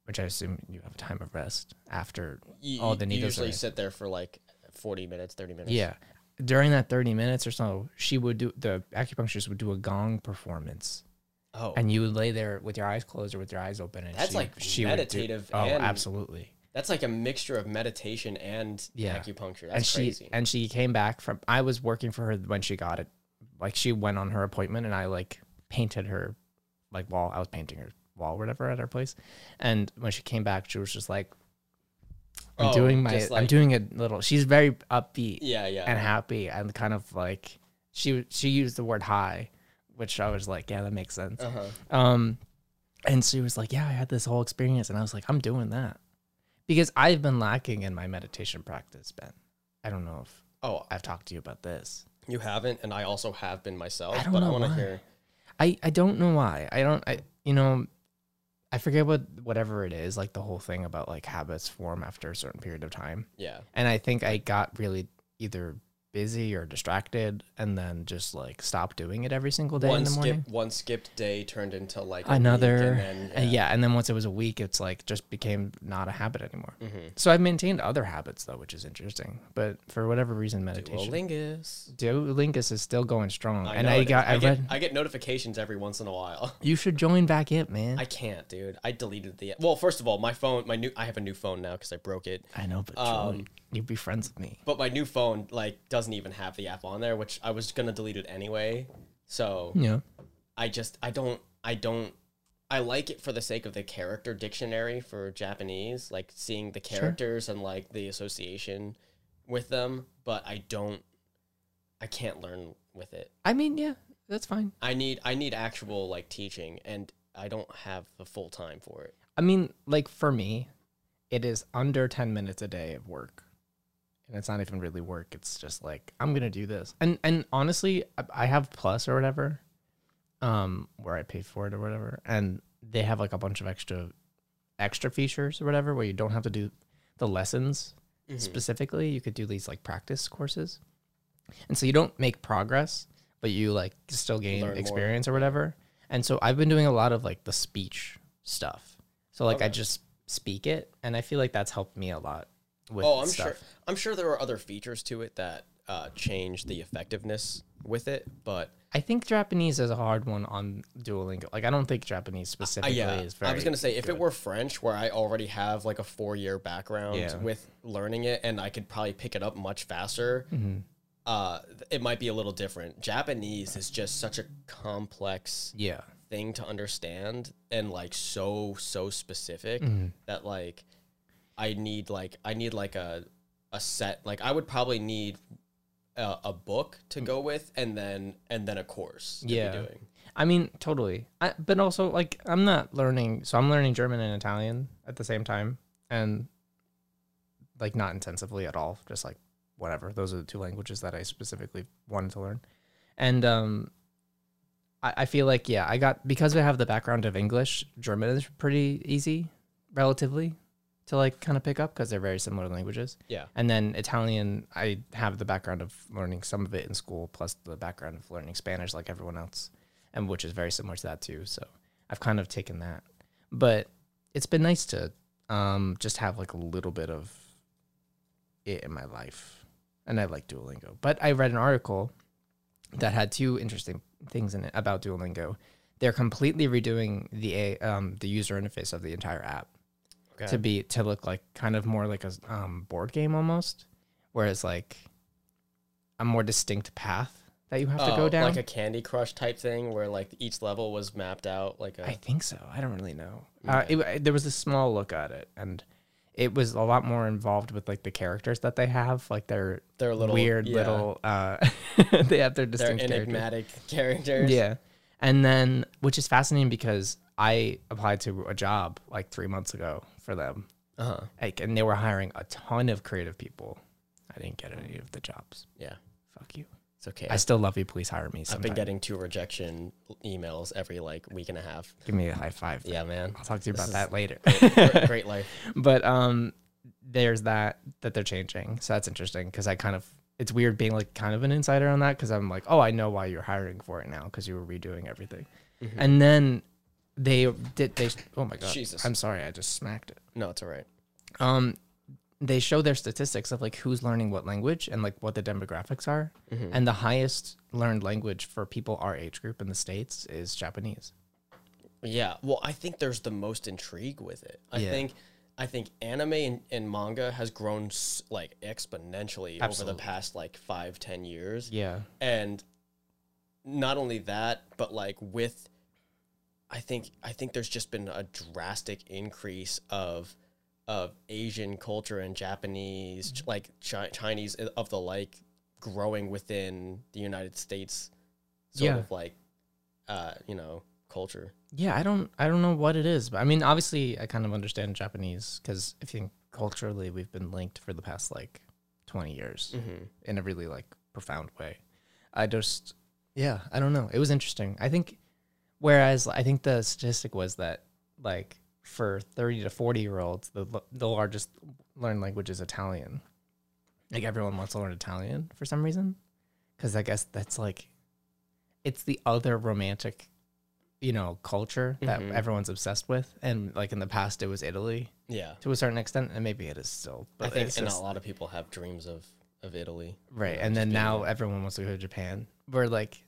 [SPEAKER 1] which I assume you have a time of rest after
[SPEAKER 2] You,
[SPEAKER 1] all Oh,
[SPEAKER 2] you-
[SPEAKER 1] the
[SPEAKER 2] you
[SPEAKER 1] needles. are
[SPEAKER 2] usually
[SPEAKER 1] in.
[SPEAKER 2] sit there for like 40 minutes, 30 minutes.
[SPEAKER 1] Yeah. During that 30 minutes or so, she would do the acupuncturist would do a gong performance.
[SPEAKER 2] Oh,
[SPEAKER 1] and you would lay there with your eyes closed or with your eyes open and
[SPEAKER 2] That's
[SPEAKER 1] she,
[SPEAKER 2] like
[SPEAKER 1] she
[SPEAKER 2] meditative
[SPEAKER 1] would do, oh
[SPEAKER 2] and-
[SPEAKER 1] absolutely
[SPEAKER 2] That's like a mixture of meditation and
[SPEAKER 1] Yeah.
[SPEAKER 2] acupuncture. That's
[SPEAKER 1] and she
[SPEAKER 2] crazy.
[SPEAKER 1] and she came back from I was working for her when she got it. Like she went on her appointment and I like painted her like wall. I was painting her wall or whatever at her place. And when she came back, she was just like I'm
[SPEAKER 2] Oh,
[SPEAKER 1] doing my
[SPEAKER 2] just
[SPEAKER 1] I'm
[SPEAKER 2] like-
[SPEAKER 1] doing a little she's very upbeat
[SPEAKER 2] yeah, yeah.
[SPEAKER 1] and happy and kind of like she she used the word high, which I was like, Yeah, that makes sense.
[SPEAKER 2] uh-huh.
[SPEAKER 1] Um, and she was like, "Yeah, I had this whole experience," and I was like, "I'm doing that," because I've been lacking in my meditation practice, Ben. I don't know if
[SPEAKER 2] Oh,
[SPEAKER 1] I've talked to you about this.
[SPEAKER 2] you haven't, and I also have been myself.
[SPEAKER 1] I don't
[SPEAKER 2] but I
[SPEAKER 1] know
[SPEAKER 2] want
[SPEAKER 1] why.
[SPEAKER 2] to hear.
[SPEAKER 1] I I don't know why. I don't. I you know, I forget what whatever it is. Like the whole thing about like habits form after a certain period of time,
[SPEAKER 2] Yeah,
[SPEAKER 1] and I think I got really either busy or distracted, and then just like stopped doing it every single day in
[SPEAKER 2] one
[SPEAKER 1] the morning.
[SPEAKER 2] skip, one skipped day turned into like a week,
[SPEAKER 1] another
[SPEAKER 2] and
[SPEAKER 1] uh,
[SPEAKER 2] then,
[SPEAKER 1] yeah. and then once it was (laughs) a week it's like just became not a habit anymore
[SPEAKER 2] Mhm.
[SPEAKER 1] so i've maintained other habits though which is interesting but for whatever reason meditation
[SPEAKER 2] Duolingus.
[SPEAKER 1] duolingus is still going strong and
[SPEAKER 2] know
[SPEAKER 1] i
[SPEAKER 2] it
[SPEAKER 1] got
[SPEAKER 2] is.
[SPEAKER 1] i,
[SPEAKER 2] I get,
[SPEAKER 1] read
[SPEAKER 2] I get notifications every once in a while. (laughs)
[SPEAKER 1] you should join back it man
[SPEAKER 2] I
[SPEAKER 1] i,
[SPEAKER 2] can't, dude. I deleted the. Well, first of all, my phone, my new, I have a new phone now because I broke it.
[SPEAKER 1] know but
[SPEAKER 2] Um,
[SPEAKER 1] join. you'd be friends with me
[SPEAKER 2] But my new phone like doesn't even have the app on there, which I was gonna delete it anyway. So
[SPEAKER 1] yeah
[SPEAKER 2] I just, I don't, I don't. I like it for the sake of the character dictionary for Japanese, like seeing the characters and like the association with them. But I don't, I can't learn with it.
[SPEAKER 1] i mean yeah that's fine
[SPEAKER 2] I need, I need actual like teaching, and I don't have the full time for it.
[SPEAKER 1] i mean like for me it is under 10 minutes a day of work and it's not even really work it's just like i'm gonna do this and and honestly I- i have plus or whatever um where i pay for it or whatever and they have like a bunch of extra extra features or whatever where you don't have to do the lessons
[SPEAKER 2] Mm-hmm.
[SPEAKER 1] specifically you could do these like practice courses and so you don't make progress but you like still gain
[SPEAKER 2] Learn more.
[SPEAKER 1] experience or whatever and so i've been doing a lot of like the speech stuff so like i
[SPEAKER 2] Okay.
[SPEAKER 1] just speak it and i feel like that's helped me a lot with
[SPEAKER 2] Oh, I'm
[SPEAKER 1] stuff.
[SPEAKER 2] sure. I'm sure there are other features to it that uh, change the effectiveness with it, but
[SPEAKER 1] I think Japanese is a hard one on Duolingo. Like, I don't think Japanese
[SPEAKER 2] uh,
[SPEAKER 1] specifically
[SPEAKER 2] yeah,
[SPEAKER 1] is very.
[SPEAKER 2] I was gonna say if it were French, where I already have like a four year background
[SPEAKER 1] Yeah.
[SPEAKER 2] with learning it, and I could probably pick it up much faster.
[SPEAKER 1] Mm-hmm.
[SPEAKER 2] Uh, th- it might be a little different. Japanese is just such a complex
[SPEAKER 1] Yeah,
[SPEAKER 2] thing to understand and like so so specific
[SPEAKER 1] Mm-hmm.
[SPEAKER 2] that like I need like I need like a a set like I would probably need a, a book to go with and then and then a course to be
[SPEAKER 1] Mm. Yeah.
[SPEAKER 2] doing.
[SPEAKER 1] I mean, totally. I, but also, like, I'm not learning. So I'm learning German and Italian at the same time, and like not intensively at all. Just like whatever. Those are the two languages that I specifically wanted to learn, and um, I, I feel like yeah, I got because I have the background of English, German is pretty easy, relatively, to like kind of pick up because they're very similar languages.
[SPEAKER 2] Yeah.
[SPEAKER 1] And then Italian, I have the background of learning some of it in school, plus the background of learning Spanish like everyone else, and which is very similar to that too. So I've kind of taken that. But it's been nice to um, just have like a little bit of it in my life. And I like Duolingo. But I read an article that had two interesting things in it about Duolingo. They're completely redoing the a um, the user interface of the entire app
[SPEAKER 2] Okay.
[SPEAKER 1] to be to look like kind of more like a um, board game almost, whereas like a more distinct path that you have to go
[SPEAKER 2] Oh,
[SPEAKER 1] down.
[SPEAKER 2] like a Candy Crush type thing where like each level was mapped out like a
[SPEAKER 1] I think so. I don't really know. Uh, it, I- there was a small look at it, and it was a lot more involved with like the characters that they have, like their
[SPEAKER 2] their little
[SPEAKER 1] weird
[SPEAKER 2] yeah,
[SPEAKER 1] little. Uh, (laughs) they have their
[SPEAKER 2] their
[SPEAKER 1] distinct characters.
[SPEAKER 2] enigmatic (laughs) characters.
[SPEAKER 1] Yeah. And then, which is fascinating because I applied to a job like three months ago for them.
[SPEAKER 2] Uh-huh.
[SPEAKER 1] Like, and they were hiring a ton of creative people. I didn't get any of the jobs.
[SPEAKER 2] Yeah.
[SPEAKER 1] Fuck you.
[SPEAKER 2] It's okay.
[SPEAKER 1] I still love you. Please hire me.
[SPEAKER 2] I've
[SPEAKER 1] Sometime.
[SPEAKER 2] been getting two rejection emails every like week and a half.
[SPEAKER 1] Give me a high five. (laughs)
[SPEAKER 2] Yeah, man.
[SPEAKER 1] I'll talk to you about
[SPEAKER 2] is-
[SPEAKER 1] that later.
[SPEAKER 2] Great- Great life.
[SPEAKER 1] but um, there's that that they're changing. So that's interesting because I kind of it's weird being like kind of an insider on that because I'm like, oh, I know why you're hiring for it now because you were redoing everything, and then they did they. Oh my god,
[SPEAKER 2] Jesus.
[SPEAKER 1] I'm sorry, I just smacked it.
[SPEAKER 2] No, it's all right.
[SPEAKER 1] um they show their statistics of like who's learning what language and like what the demographics are and the highest learned language for people our age group in the states is japanese
[SPEAKER 2] Yeah. Well, I think there's the most intrigue with it. I
[SPEAKER 1] Yeah.
[SPEAKER 2] think I think anime and, and manga has grown s- like exponentially over
[SPEAKER 1] Absolutely.
[SPEAKER 2] the past like five ten years.
[SPEAKER 1] Yeah.
[SPEAKER 2] and not only that but like with i think i think there's just been a drastic increase of of asian culture and japanese
[SPEAKER 1] Mm-hmm.
[SPEAKER 2] ch- like chi- chinese and of the like growing within the united states sort
[SPEAKER 1] Yeah.
[SPEAKER 2] of like uh you know culture
[SPEAKER 1] Yeah, I don't I don't know what it is, but I mean, obviously, I kind of understand Japanese because I think culturally we've been linked for the past like twenty years
[SPEAKER 2] mm-hmm.
[SPEAKER 1] in a really like profound way. I just yeah, I don't know. It was interesting. I think whereas I think the statistic was that like for thirty to forty year olds, the l- the largest learned language is Italian. Like everyone wants to learn Italian for some reason, because I guess that's like it's the other romantic, you know, culture that
[SPEAKER 2] Mhm.
[SPEAKER 1] everyone's obsessed with, and like in the past it was Italy
[SPEAKER 2] yeah
[SPEAKER 1] to a certain extent, and maybe it is still.
[SPEAKER 2] i think
[SPEAKER 1] it's
[SPEAKER 2] and a
[SPEAKER 1] just-
[SPEAKER 2] lot of people have dreams of of italy
[SPEAKER 1] Right.
[SPEAKER 2] know,
[SPEAKER 1] And
[SPEAKER 2] just
[SPEAKER 1] then
[SPEAKER 2] being
[SPEAKER 1] now
[SPEAKER 2] there.
[SPEAKER 1] everyone wants to go to Japan. We're like,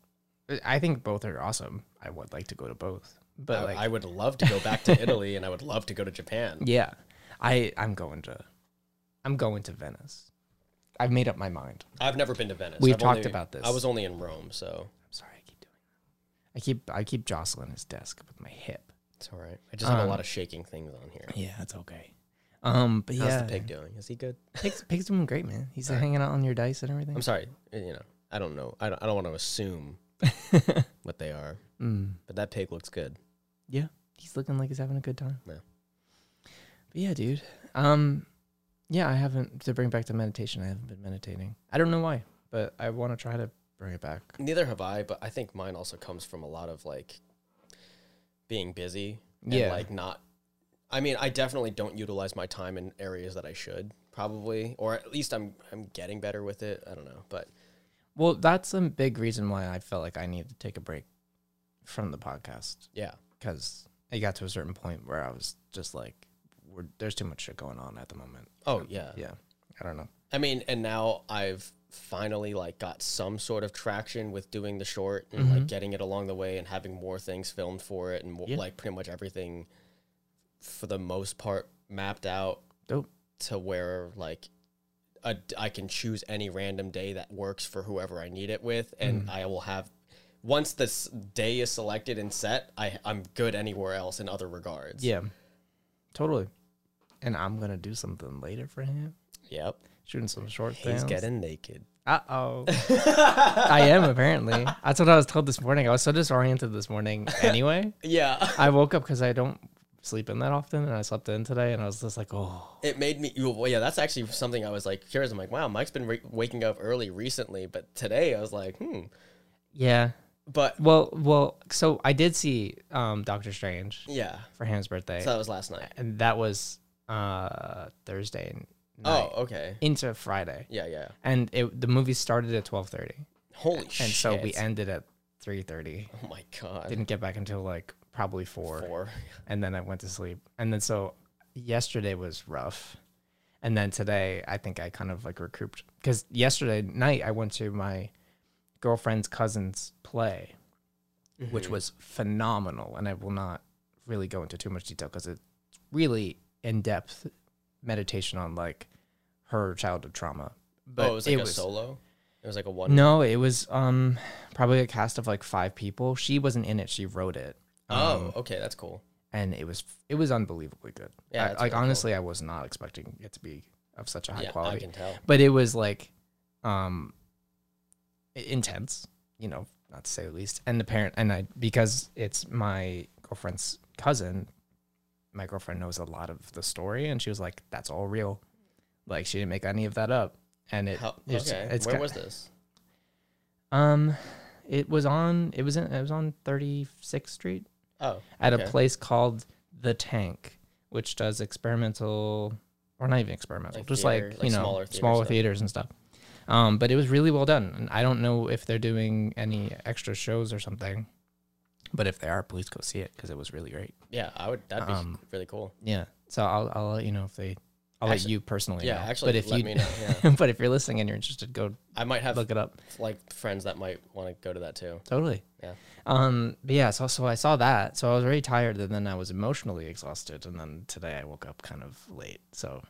[SPEAKER 1] uh, I think both are awesome. I would like to go to both. But
[SPEAKER 2] I,
[SPEAKER 1] like,
[SPEAKER 2] I would love to go back
[SPEAKER 1] (laughs)
[SPEAKER 2] to italy and i would love to go to japan
[SPEAKER 1] yeah, I, I'm going to, I'm going to Venice. I've made up my mind.
[SPEAKER 2] i've never been to venice
[SPEAKER 1] We've
[SPEAKER 2] I've
[SPEAKER 1] talked
[SPEAKER 2] only-
[SPEAKER 1] about this.
[SPEAKER 2] i was only in rome so
[SPEAKER 1] I'm sorry. I keep doing that. I keep, I keep jostling his desk with my hip.
[SPEAKER 2] It's all right. I just have
[SPEAKER 1] Um,
[SPEAKER 2] a lot of shaking things on here.
[SPEAKER 1] Yeah, that's okay. Um, but
[SPEAKER 2] How's
[SPEAKER 1] yeah,
[SPEAKER 2] the pig doing? Is he good?
[SPEAKER 1] Pig's, pig's doing great, man. He's hanging out on your dice and everything.
[SPEAKER 2] I'm sorry. uh, You know, I don't know. I don't, I don't want to assume (laughs) what they are,
[SPEAKER 1] (laughs) mm.
[SPEAKER 2] but that pig looks good.
[SPEAKER 1] Yeah. He's looking like he's having a good time.
[SPEAKER 2] Yeah.
[SPEAKER 1] But yeah, dude. Um yeah, I haven't to bring back to meditation, I haven't been meditating. I don't know why, but I want to try to bring it back.
[SPEAKER 2] Neither have I, but I think mine also comes from a lot of like being busy and
[SPEAKER 1] Yeah.
[SPEAKER 2] like not. I mean, I definitely don't utilize my time in areas that I should probably, or at least I'm I'm getting better with it. I don't know, but
[SPEAKER 1] Well, that's a big reason why I felt like I needed to take a break from the podcast
[SPEAKER 2] yeah,
[SPEAKER 1] cuz it got to a certain point where I was just like we're, there's too much shit going on at the moment.
[SPEAKER 2] oh yeah,
[SPEAKER 1] Yeah. I don't know.
[SPEAKER 2] I mean, and now I've finally like got some sort of traction with doing the short and like getting it along the way and having more things filmed for it and more,
[SPEAKER 1] Mm-hmm. Yeah.
[SPEAKER 2] like pretty much everything for the most part mapped out
[SPEAKER 1] Dope.
[SPEAKER 2] to where like a, I can choose any random day that works for whoever I need it with
[SPEAKER 1] Mm.
[SPEAKER 2] and I will have once this day is selected and set I I'm good anywhere else in other regards.
[SPEAKER 1] Yeah. Totally. And I'm going to do something later for him.
[SPEAKER 2] Yep.
[SPEAKER 1] Shooting some short
[SPEAKER 2] He's
[SPEAKER 1] films.
[SPEAKER 2] getting naked.
[SPEAKER 1] Uh oh. (laughs) I am apparently. That's what I was told this morning. I was so disoriented this morning anyway.
[SPEAKER 2] Yeah. (laughs)
[SPEAKER 1] I woke up because I don't sleep in that often and I slept in today and I was just like, oh.
[SPEAKER 2] it made me you- well, yeah that's actually something i was like curious i'm like wow mike's been re- waking up early recently but today i was like hmm
[SPEAKER 1] Yeah.
[SPEAKER 2] but
[SPEAKER 1] Well, well, so I did see um, Doctor Strange
[SPEAKER 2] yeah
[SPEAKER 1] for Ham's birthday.
[SPEAKER 2] so that was last night
[SPEAKER 1] and that was uh, Thursday night
[SPEAKER 2] oh okay
[SPEAKER 1] into Friday.
[SPEAKER 2] yeah yeah
[SPEAKER 1] And it, the movie started at 12.30.
[SPEAKER 2] holy shit
[SPEAKER 1] And so we ended at 3.30.
[SPEAKER 2] oh my god
[SPEAKER 1] Didn't get back until like probably 4.
[SPEAKER 2] four
[SPEAKER 1] and then I went to sleep. And then so yesterday was rough. And then today I think I kind of like recouped cuz yesterday night I went to my girlfriend's cousin's play which was phenomenal and I will not really go into too much detail cuz it's really in-depth meditation on like her childhood trauma.
[SPEAKER 2] but Oh, it was like a solo it was like a one
[SPEAKER 1] No, it was um probably a cast of like 5 people. She wasn't in it, she wrote it. Um,
[SPEAKER 2] oh okay that's cool
[SPEAKER 1] and it was it was unbelievably good.
[SPEAKER 2] Yeah,
[SPEAKER 1] I-
[SPEAKER 2] that's
[SPEAKER 1] like
[SPEAKER 2] really cool.
[SPEAKER 1] honestly, I was not expecting it to be of such a high
[SPEAKER 2] yeah i
[SPEAKER 1] quality,
[SPEAKER 2] can tell
[SPEAKER 1] but it was like, um, i- intense. You know, not to say the least. And the parent and I because it's my girlfriend's cousin. My girlfriend knows a lot of the story, and she was like, "That's all real." Like she didn't make any of that up, and it
[SPEAKER 2] How,
[SPEAKER 1] it's,
[SPEAKER 2] okay
[SPEAKER 1] it's
[SPEAKER 2] where
[SPEAKER 1] ki-
[SPEAKER 2] was this
[SPEAKER 1] um, it was on it was in it was on Thirty Sixth Street
[SPEAKER 2] oh
[SPEAKER 1] at a
[SPEAKER 2] Okay.
[SPEAKER 1] place called The Tank, which does experimental or not even experimental,
[SPEAKER 2] Like
[SPEAKER 1] just
[SPEAKER 2] theater-
[SPEAKER 1] like,
[SPEAKER 2] like
[SPEAKER 1] you know,
[SPEAKER 2] smaller
[SPEAKER 1] smaller,
[SPEAKER 2] theater stuff.
[SPEAKER 1] theaters and stuff. Um, but it was really well done. And I don't know if they're doing any extra shows or something, but if they are, please go see it because it was really great.
[SPEAKER 2] yeah i would that'd be
[SPEAKER 1] Um,
[SPEAKER 2] really cool
[SPEAKER 1] Yeah. So I'll I'll let you know if they I'll
[SPEAKER 2] Actually-
[SPEAKER 1] let you personally.
[SPEAKER 2] yeah,
[SPEAKER 1] know.
[SPEAKER 2] actually,
[SPEAKER 1] but if
[SPEAKER 2] let
[SPEAKER 1] you, (laughs)
[SPEAKER 2] me know, yeah.
[SPEAKER 1] but if you're listening and you're interested, go
[SPEAKER 2] I might have
[SPEAKER 1] look it up.
[SPEAKER 2] like friends that might want to go to that too. (laughs)
[SPEAKER 1] Totally.
[SPEAKER 2] Yeah.
[SPEAKER 1] Um. But yeah. So so I saw that. So I was very tired, and then I was emotionally exhausted, and then today I woke up kind of late. So,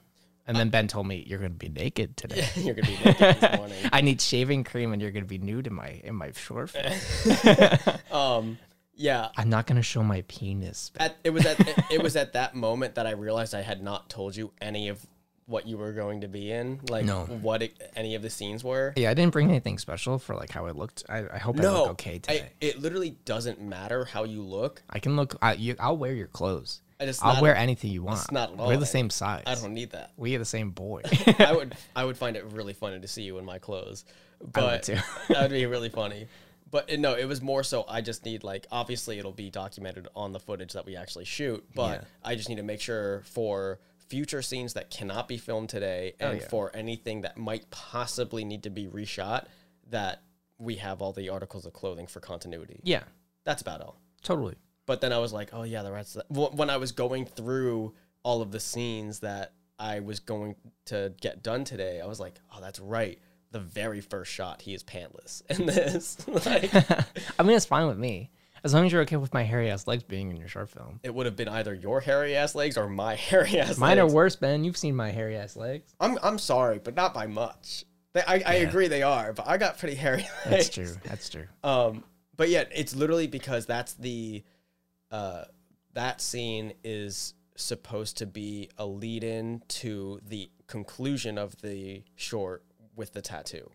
[SPEAKER 1] and
[SPEAKER 2] Uh,
[SPEAKER 1] then Ben told me you're gonna be naked today.
[SPEAKER 2] You're gonna be
[SPEAKER 1] (laughs)
[SPEAKER 2] naked this morning.
[SPEAKER 1] I need shaving cream, and you're gonna be nude in my in my short.
[SPEAKER 2] (laughs)
[SPEAKER 1] film.
[SPEAKER 2] Um, yeah.
[SPEAKER 1] I'm not gonna show my penis. Ben.
[SPEAKER 2] At, it was at it, it was at that moment that I realized I had not told you any of what you were going to be in, like
[SPEAKER 1] No.
[SPEAKER 2] what it, any of the scenes were.
[SPEAKER 1] Yeah, I didn't bring anything special for like how I looked. I, I hope I
[SPEAKER 2] No,
[SPEAKER 1] look okay
[SPEAKER 2] I-
[SPEAKER 1] today.
[SPEAKER 2] it literally doesn't matter how you look.
[SPEAKER 1] I, can look. I, you, I'll wear your clothes.
[SPEAKER 2] And it's
[SPEAKER 1] I'll
[SPEAKER 2] not-
[SPEAKER 1] wear anything you want.
[SPEAKER 2] not at all
[SPEAKER 1] We're the
[SPEAKER 2] that.
[SPEAKER 1] same size.
[SPEAKER 2] I don't need that.
[SPEAKER 1] We are the same
[SPEAKER 2] (laughs)
[SPEAKER 1] boy. (laughs)
[SPEAKER 2] I would I would find it really funny to see you in my clothes, but
[SPEAKER 1] too.
[SPEAKER 2] (laughs) that would be really funny. But uh, no, it was more so I just need like obviously it'll be documented on the footage that we actually shoot, but I just need to make sure for future scenes that cannot be filmed today and
[SPEAKER 1] Oh, yeah.
[SPEAKER 2] for anything that might possibly need to be reshot that we have all the articles of clothing for continuity.
[SPEAKER 1] yeah,
[SPEAKER 2] That's about all.
[SPEAKER 1] totally.
[SPEAKER 2] But then I was like, oh yeah, the rest. Of that. When I was going through all of the scenes that I was going to get done today, I was like, oh, that's right. The very first shot, he is pantless, (laughs) and this, like,
[SPEAKER 1] (laughs) I mean, it's fine with me as long as you're okay with my hairy ass legs being in your short film.
[SPEAKER 2] it would have been either your hairy ass legs or my (laughs) hairy ass.
[SPEAKER 1] Mine are
[SPEAKER 2] legs.
[SPEAKER 1] worse, Ben. You've seen my hairy ass legs.
[SPEAKER 2] I'm I'm sorry, but not by much. They, I, I agree they are, but I got pretty hairy.
[SPEAKER 1] That's
[SPEAKER 2] (laughs) legs.
[SPEAKER 1] true. That's true.
[SPEAKER 2] Um, but yet it's literally because that's the uh, that scene is supposed to be a lead in to the conclusion of the short with the tattoo.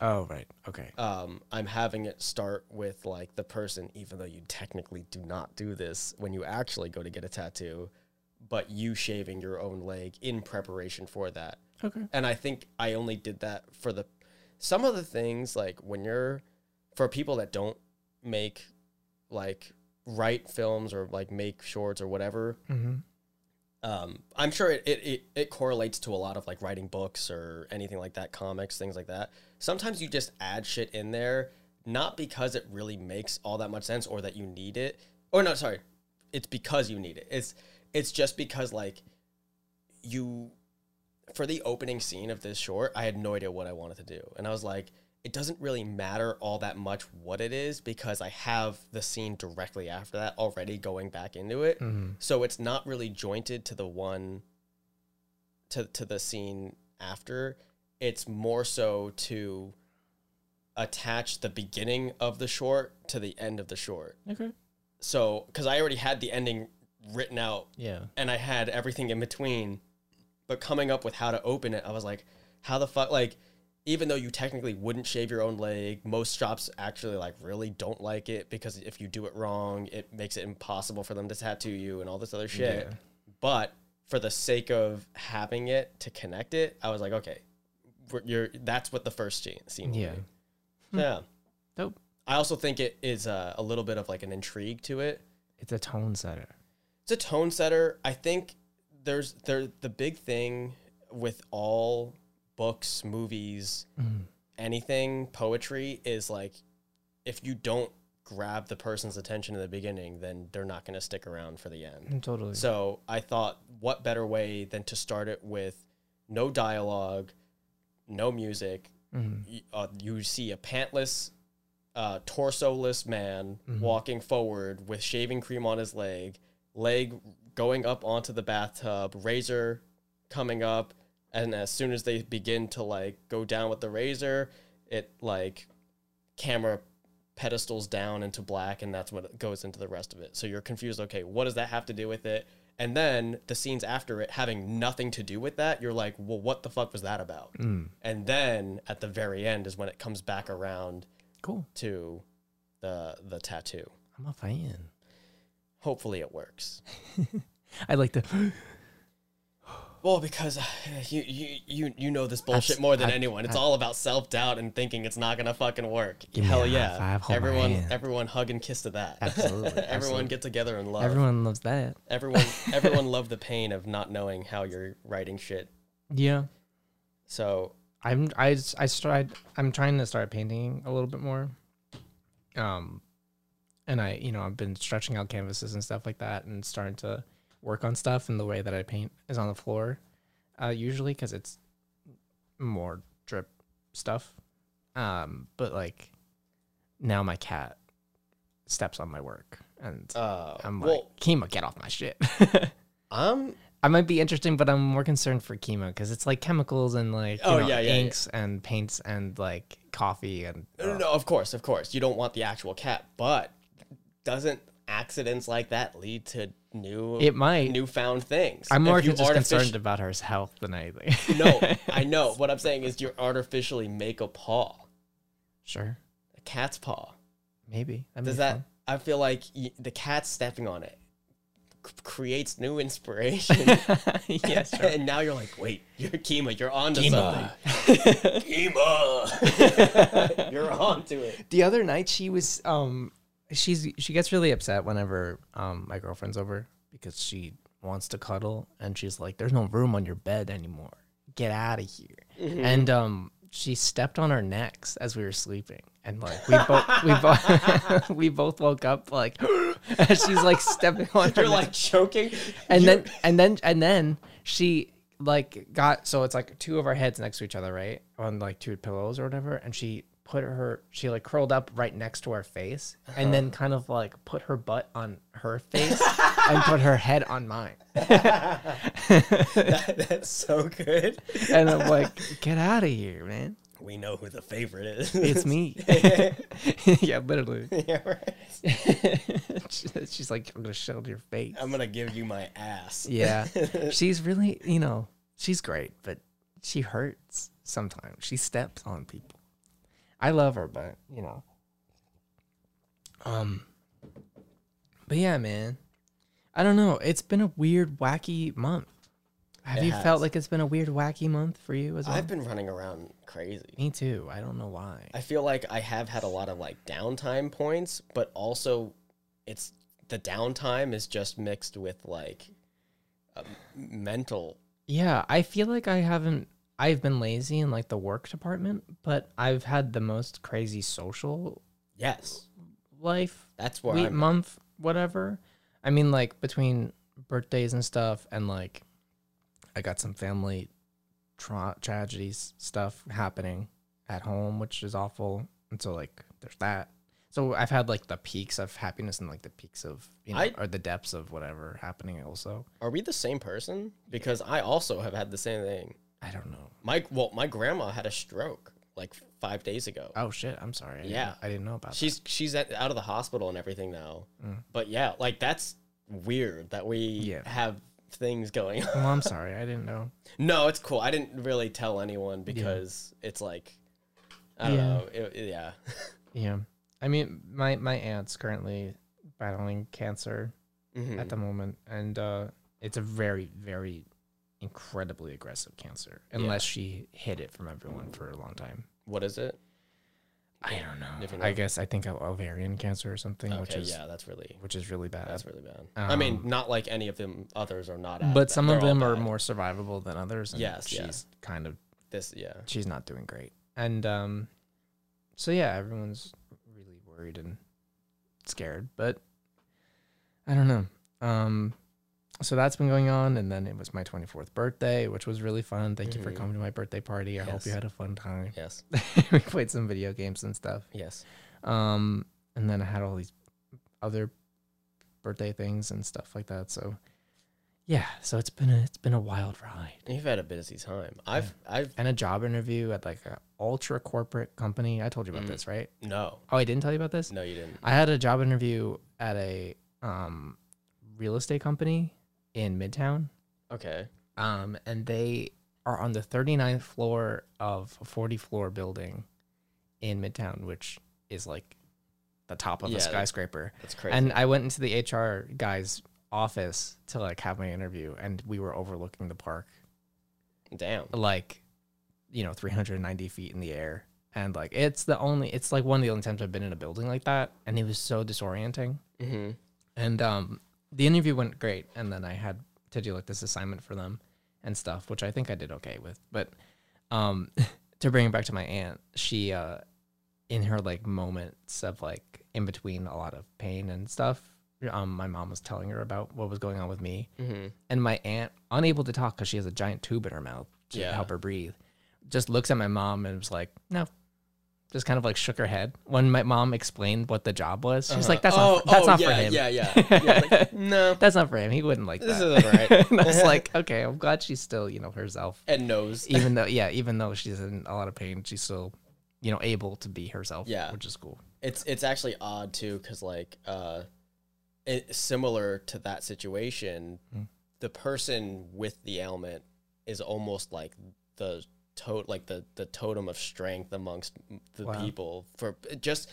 [SPEAKER 1] Oh right. Okay.
[SPEAKER 2] Um, I'm having it start with like the person, even though you technically do not do this when you actually go to get a tattoo, but you shaving your own leg in preparation for that
[SPEAKER 1] Okay.
[SPEAKER 2] and I think I only did that for the some of the things like when you're for people that don't make like write films or like make shorts or whatever.
[SPEAKER 1] Mm-hmm.
[SPEAKER 2] Um, I'm sure it, it it it correlates to a lot of like writing books or anything like that, comics, things like that. Sometimes you just add shit in there, not because it really makes all that much sense or that you need it. Or no, sorry, it's because you need it. It's it's just because like you for the opening scene of this short, I had no idea what I wanted to do. And I was like, it doesn't really matter all that much what it is because I have the scene directly after that already going back into it.
[SPEAKER 1] Mhm.
[SPEAKER 2] So it's not really jointed to the one to to the scene after. It's more so to attach the beginning of the short to the end of the short.
[SPEAKER 1] Okay.
[SPEAKER 2] So cuz I already had the ending written out
[SPEAKER 1] Yeah.
[SPEAKER 2] and I had everything in between. But coming up with how to open it, I was like, how the fuck? Like, even though you technically wouldn't shave your own leg, most shops actually like really don't like it because if you do it wrong, it makes it impossible for them to tattoo you and all this other shit.
[SPEAKER 1] Yeah.
[SPEAKER 2] But for the sake of having it to connect it, I was like, okay, we're- you're that's what the first scene. scene will
[SPEAKER 1] Yeah. Hmm.
[SPEAKER 2] be. yeah.
[SPEAKER 1] Dope.
[SPEAKER 2] I also think it is uh, a little bit of like an intrigue to it
[SPEAKER 1] It's a tone setter.
[SPEAKER 2] it's a tone setter. I think there's there the big thing with all books, movies,
[SPEAKER 1] Mm-hmm.
[SPEAKER 2] anything, poetry is like if you don't grab the person's attention in the beginning, then they're not going to stick around for the end.
[SPEAKER 1] Mm, Totally.
[SPEAKER 2] So I thought, what better way than to start it with no dialogue, no music?
[SPEAKER 1] Mm-hmm.
[SPEAKER 2] Y- Uh, you see a pantless, uh, torso-less man walking forward with shaving cream on his leg, leg going up onto the bathtub, razor coming up, and as soon as they begin to like go down with the razor, it like camera pedestals down into black and that's what goes into the rest of it so you're confused okay what does that have to do with it and then the scenes after it having nothing to do with that you're like well what the fuck was that about
[SPEAKER 1] Mm.
[SPEAKER 2] and then at the very end is when it comes back around
[SPEAKER 1] cool.
[SPEAKER 2] to the the tattoo
[SPEAKER 1] I'm a fan.
[SPEAKER 2] hopefully it works
[SPEAKER 1] I like the. (gasps)
[SPEAKER 2] well because uh, you you you, you know this bullshit more than
[SPEAKER 1] I've-
[SPEAKER 2] anyone it's all about self-doubt and thinking it's not gonna fucking work hell
[SPEAKER 1] me a high
[SPEAKER 2] yeah
[SPEAKER 1] five, hold my
[SPEAKER 2] everyone
[SPEAKER 1] hand.
[SPEAKER 2] everyone hug and kiss to that (laughs)
[SPEAKER 1] Absolutely,
[SPEAKER 2] everyone
[SPEAKER 1] absolutely.
[SPEAKER 2] get together and love
[SPEAKER 1] Everyone loves that. (laughs)
[SPEAKER 2] Everyone, everyone loved the pain of not knowing how you're writing shit.
[SPEAKER 1] Yeah.
[SPEAKER 2] So
[SPEAKER 1] I'm I s- I tried I'm trying to start painting a little bit more. Um and I, you know, I've been stretching out canvases and stuff like that and starting to work on stuff and the way that I paint is on the floor. uh, usually because it's more drip stuff. Um, but like now my cat steps on my work, and
[SPEAKER 2] Uh,
[SPEAKER 1] I'm like,
[SPEAKER 2] well,
[SPEAKER 1] Kima, get off my shit. (laughs)
[SPEAKER 2] I'm
[SPEAKER 1] I might be interesting, but I'm more concerned for chemo because it's like chemicals and like you
[SPEAKER 2] Oh,
[SPEAKER 1] know,
[SPEAKER 2] yeah, yeah, yeah.
[SPEAKER 1] inks and paints and like coffee and
[SPEAKER 2] No, no, of course, of course. You don't want the actual cat, but doesn't accidents like that lead to new
[SPEAKER 1] uh, it might.
[SPEAKER 2] newfound things?
[SPEAKER 1] I'm more
[SPEAKER 2] If you
[SPEAKER 1] just concerned about her health than anything.
[SPEAKER 2] artifici- (laughs) no, I know. What I'm saying is you artificially make a paw,
[SPEAKER 1] (laughs) sure,
[SPEAKER 2] a cat's paw.
[SPEAKER 1] maybe. That'd
[SPEAKER 2] Does
[SPEAKER 1] be
[SPEAKER 2] that?
[SPEAKER 1] fun.
[SPEAKER 2] I feel like y- the cat stepping on it c- creates new inspiration.
[SPEAKER 1] (laughs) yeah, sure.
[SPEAKER 2] and now you're like, wait, you're Kima, you're onto something.
[SPEAKER 1] (laughs)
[SPEAKER 2] Kima, (laughs) you're onto it.
[SPEAKER 1] the other night she was um she's she gets really upset whenever um my girlfriend's over because she wants to cuddle and she's like there's no room on your bed anymore get out of here
[SPEAKER 2] Mm-hmm.
[SPEAKER 1] and um she stepped on our necks as we were sleeping and like we both we both (laughs) we both woke up like (gasps) as she's like stepping on our
[SPEAKER 2] You're like choking.
[SPEAKER 1] and then and then and then she like got so it's like two of our heads next to each other right on like two pillows or whatever and she put her she like curled up right next to our face and then kind of like put her butt on her face and put her head on mine
[SPEAKER 2] (laughs) That's so good.
[SPEAKER 1] and i'm like get out of here man
[SPEAKER 2] We know who the favorite (laughs) is.
[SPEAKER 1] it's me (laughs) yeah literally (laughs)
[SPEAKER 2] Yeah, right.
[SPEAKER 1] She- she's like i'm gonna shove your face
[SPEAKER 2] I'm gonna give you my ass. (laughs)
[SPEAKER 1] yeah she's really you know she's great but she hurts sometimes she steps on people i love her but you know um but yeah man i don't know it's been a weird wacky month have
[SPEAKER 2] It
[SPEAKER 1] you
[SPEAKER 2] has.
[SPEAKER 1] felt like it's been a weird wacky month for you as well
[SPEAKER 2] I've been running around crazy.
[SPEAKER 1] me too i don't know why
[SPEAKER 2] I feel like I have had a lot of like downtime points, but also it's the downtime is just mixed with like um, mental.
[SPEAKER 1] Yeah, I feel like I haven't. I've been lazy in like the work department, but I've had the most crazy social
[SPEAKER 2] Yes,
[SPEAKER 1] life
[SPEAKER 2] that's where
[SPEAKER 1] week,
[SPEAKER 2] I'm.
[SPEAKER 1] month, whatever. I mean, like between birthdays and stuff, and like I got some family tra- tragedies stuff happening at home, which is awful. And so, like, there's that. So I've had like the peaks of happiness and like the peaks of you know
[SPEAKER 2] I-
[SPEAKER 1] or the depths of whatever happening. Also,
[SPEAKER 2] Are we the same person? Because I also have had the same thing.
[SPEAKER 1] I don't know.
[SPEAKER 2] My well, my grandma had a stroke like five days ago.
[SPEAKER 1] Oh shit! I'm sorry. I didn't-
[SPEAKER 2] Yeah.
[SPEAKER 1] I didn't know about that.
[SPEAKER 2] She's she's at, out of the hospital and everything now. But yeah, like that's weird that we
[SPEAKER 1] Yeah.
[SPEAKER 2] have things going on. (laughs)
[SPEAKER 1] Well, I'm sorry. I didn't know.
[SPEAKER 2] No, it's cool. I didn't really tell anyone because it's like I don't
[SPEAKER 1] Yeah.
[SPEAKER 2] know. It- it- yeah. (laughs)
[SPEAKER 1] Yeah. I mean, my my aunt's currently battling cancer
[SPEAKER 2] Mhm.
[SPEAKER 1] at the moment, and uh, it's a very, very incredibly aggressive cancer. Unless she hid it from everyone for a long time.
[SPEAKER 2] What is it?
[SPEAKER 1] I don't know.
[SPEAKER 2] If you
[SPEAKER 1] I
[SPEAKER 2] know.
[SPEAKER 1] guess I think o- ovarian cancer or something, which
[SPEAKER 2] Okay,
[SPEAKER 1] is
[SPEAKER 2] yeah, that's really
[SPEAKER 1] which is really Oh, bad. Um,
[SPEAKER 2] that's really bad. I mean, not like any of them others are not. as
[SPEAKER 1] but
[SPEAKER 2] bad.
[SPEAKER 1] some of
[SPEAKER 2] They're all
[SPEAKER 1] them are
[SPEAKER 2] bad.
[SPEAKER 1] more survivable than others. And
[SPEAKER 2] Yes,
[SPEAKER 1] she's
[SPEAKER 2] yeah.
[SPEAKER 1] kind of
[SPEAKER 2] This, yeah.
[SPEAKER 1] she's not doing great. And um so yeah, everyone's really worried and scared, but I don't know. Um so that's been going on and then it was my 24th birthday, which was really fun. Thank you for
[SPEAKER 2] Mhm.
[SPEAKER 1] coming to my birthday party. I hope you
[SPEAKER 2] Yes.
[SPEAKER 1] had a fun time. (laughs)
[SPEAKER 2] Yes.
[SPEAKER 1] we played some video games and stuff.
[SPEAKER 2] Yes.
[SPEAKER 1] Um and then I had all these other birthday things and stuff like that. So yeah, so it's been a, it's been a wild ride
[SPEAKER 2] You've had a busy time. I've I've
[SPEAKER 1] and a job interview at like a ultra corporate company. I told you about
[SPEAKER 2] Mm.
[SPEAKER 1] this, right?
[SPEAKER 2] no.
[SPEAKER 1] Oh, I didn't tell you about this.
[SPEAKER 2] No, you didn't.
[SPEAKER 1] I had a job interview at a um, real estate company in Midtown,
[SPEAKER 2] Okay.
[SPEAKER 1] um, and they are on the 39th floor of a 40 floor building in Midtown, which is like the top of
[SPEAKER 2] Yeah,
[SPEAKER 1] a
[SPEAKER 2] that-
[SPEAKER 1] skyscraper.
[SPEAKER 2] That's crazy.
[SPEAKER 1] And I went into the HR guy's office to like have my interview, and we were overlooking the park
[SPEAKER 2] Damn.
[SPEAKER 1] like you know 390 feet in the air and like it's the only it's like one of the only times i've been in a building like that and it was so disorienting
[SPEAKER 2] Mm-hmm.
[SPEAKER 1] and um the interview went great and then i had to do like this assignment for them and stuff which i think i did okay with but um (laughs) to bring it back to my aunt she uh in her like moments of like in between a lot of pain and stuff um, my mom was telling her about what was going on with me,
[SPEAKER 2] Mm-hmm.
[SPEAKER 1] and my aunt, unable to talk because she has a giant tube in her mouth to
[SPEAKER 2] Yeah.
[SPEAKER 1] help her breathe, just looks at my mom and was like, "No." Just kind of like shook her head when my mom explained what the job was. She's like, "That's not, that's not
[SPEAKER 2] Uh-huh. Oh, yeah,
[SPEAKER 1] for him. (laughs)
[SPEAKER 2] Yeah, yeah, yeah. like, no,
[SPEAKER 1] That's not for him. He wouldn't like
[SPEAKER 2] this
[SPEAKER 1] that."
[SPEAKER 2] isn't right.
[SPEAKER 1] (laughs) and I
[SPEAKER 2] (laughs)
[SPEAKER 1] was like, "Okay, I'm glad she's still, you know, herself,
[SPEAKER 2] and knows.
[SPEAKER 1] even though, yeah, even though she's in a lot of pain, she's still, you know, able to be herself.
[SPEAKER 2] Yeah.
[SPEAKER 1] which is cool.
[SPEAKER 2] It's it's actually odd too, because like, uh, it, similar to that situation,
[SPEAKER 1] Mm.
[SPEAKER 2] the person with the ailment is almost like the to- like the the totem of strength amongst the
[SPEAKER 1] Wow.
[SPEAKER 2] people for it just.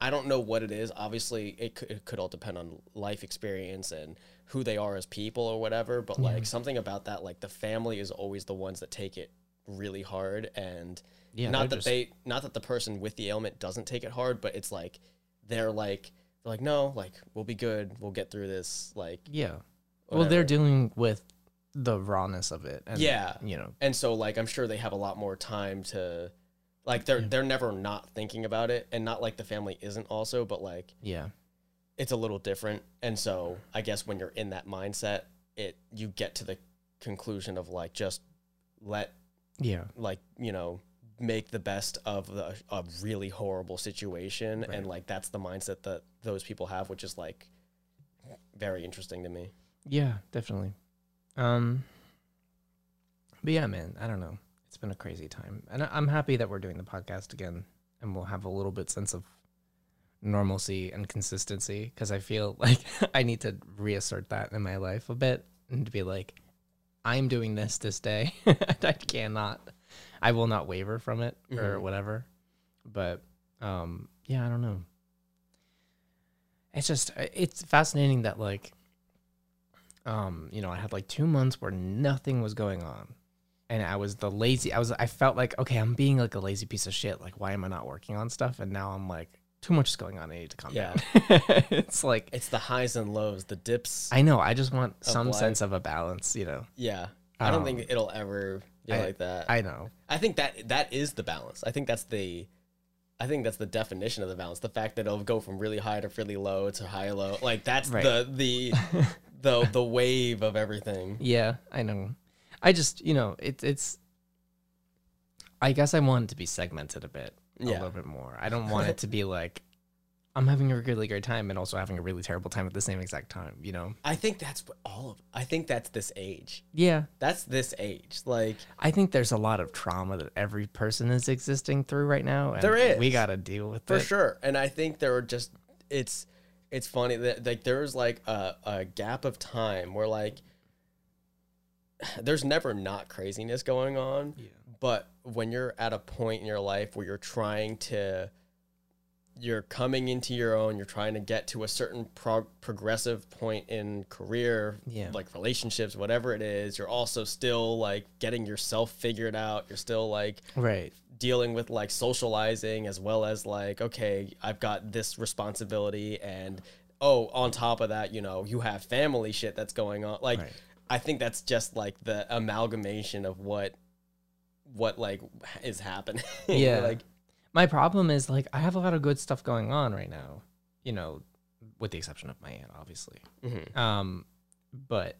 [SPEAKER 2] I don't know what it is. Obviously, it could, it could all depend on life experience and who they are as people or whatever. But like something about that, like the family is always the ones that take it really hard and
[SPEAKER 1] Yeah,
[SPEAKER 2] not
[SPEAKER 1] they're
[SPEAKER 2] that
[SPEAKER 1] just-
[SPEAKER 2] they not that the person with the ailment doesn't take it hard but it's like they're like they're like no like we'll be good we'll get through this like
[SPEAKER 1] Yeah. Well, they're
[SPEAKER 2] whatever."
[SPEAKER 1] dealing with the rawness of it. And,
[SPEAKER 2] Yeah.
[SPEAKER 1] You know,
[SPEAKER 2] and so like i'm sure they have a lot more time to like they're they're never not thinking about it and not like the family isn't also but like
[SPEAKER 1] yeah.
[SPEAKER 2] it's a little different and so i guess when you're in that mindset it you get to the conclusion of like just let
[SPEAKER 1] Yeah.
[SPEAKER 2] like you know make the best of the, a really horrible situation
[SPEAKER 1] Right.
[SPEAKER 2] and like that's the mindset that those people have which is like very interesting to me
[SPEAKER 1] Yeah, definitely. Um, but yeah, man, I don't know. It's been a crazy time. And I- I'm happy that we're doing the podcast again and we'll have a little bit sense of normalcy and consistency because I feel (laughs) like I need to reassert that in my life a bit and to be like, I'm doing this this day. (laughs) I cannot, I will not waver from it or
[SPEAKER 2] Mhm.
[SPEAKER 1] whatever. But um, yeah, I don't know. It's just, uh, it's fascinating that like um, you know, I had like two months where nothing was going on. And I was the lazy I was I felt like, okay, I'm being like a lazy piece of shit. Like, why am I not working on stuff? And now I'm like, too much is going on. I need to calm
[SPEAKER 2] Yeah.
[SPEAKER 1] down. (laughs) it's like
[SPEAKER 2] it's the highs and lows the dips
[SPEAKER 1] I know, I just want
[SPEAKER 2] Of
[SPEAKER 1] some
[SPEAKER 2] life.
[SPEAKER 1] sense of a balance, you know.
[SPEAKER 2] yeah i don't
[SPEAKER 1] Um,
[SPEAKER 2] think it'll ever be
[SPEAKER 1] I-
[SPEAKER 2] like that I,
[SPEAKER 1] I know.
[SPEAKER 2] think that that is the balance i think that's the i think that's the definition of the balance the fact that it'll go from really high to really low to high low like that's
[SPEAKER 1] Right.
[SPEAKER 2] the
[SPEAKER 1] (laughs)
[SPEAKER 2] the the the wave of everything
[SPEAKER 1] Yeah, I know. I just, you know, it, it's I guess I want it to be segmented a bit. A
[SPEAKER 2] Yeah.
[SPEAKER 1] little bit more. I don't want it to be like (laughs) I'm having a really great time and also having a really terrible time at the same exact time, you know?
[SPEAKER 2] i think that's what all of i think that's this age
[SPEAKER 1] Yeah.
[SPEAKER 2] that's this age like
[SPEAKER 1] I think there's a lot of trauma that every person is existing through right now. And
[SPEAKER 2] There is.
[SPEAKER 1] We got to deal with
[SPEAKER 2] for
[SPEAKER 1] it.
[SPEAKER 2] sure and i think there are just it's it's funny that like there's like a, a gap of time where like (sighs) there's never not craziness going on
[SPEAKER 1] Yeah.
[SPEAKER 2] but when you're at a point in your life where you're trying to you're coming into your own you're trying to get to a certain prog- progressive point in career
[SPEAKER 1] Yeah.
[SPEAKER 2] like relationships whatever it is you're also still like getting yourself figured out you're still like
[SPEAKER 1] Right.
[SPEAKER 2] dealing with like socializing as well as like okay i've got this responsibility and oh on top of that you know you have family shit that's going on like
[SPEAKER 1] Right.
[SPEAKER 2] i think that's just like the amalgamation of what what like is happening (laughs)
[SPEAKER 1] Yeah.
[SPEAKER 2] like
[SPEAKER 1] My problem is like I have a lot of good stuff going on right now, you know, with the exception of my aunt, obviously.
[SPEAKER 2] mhm.
[SPEAKER 1] Um, but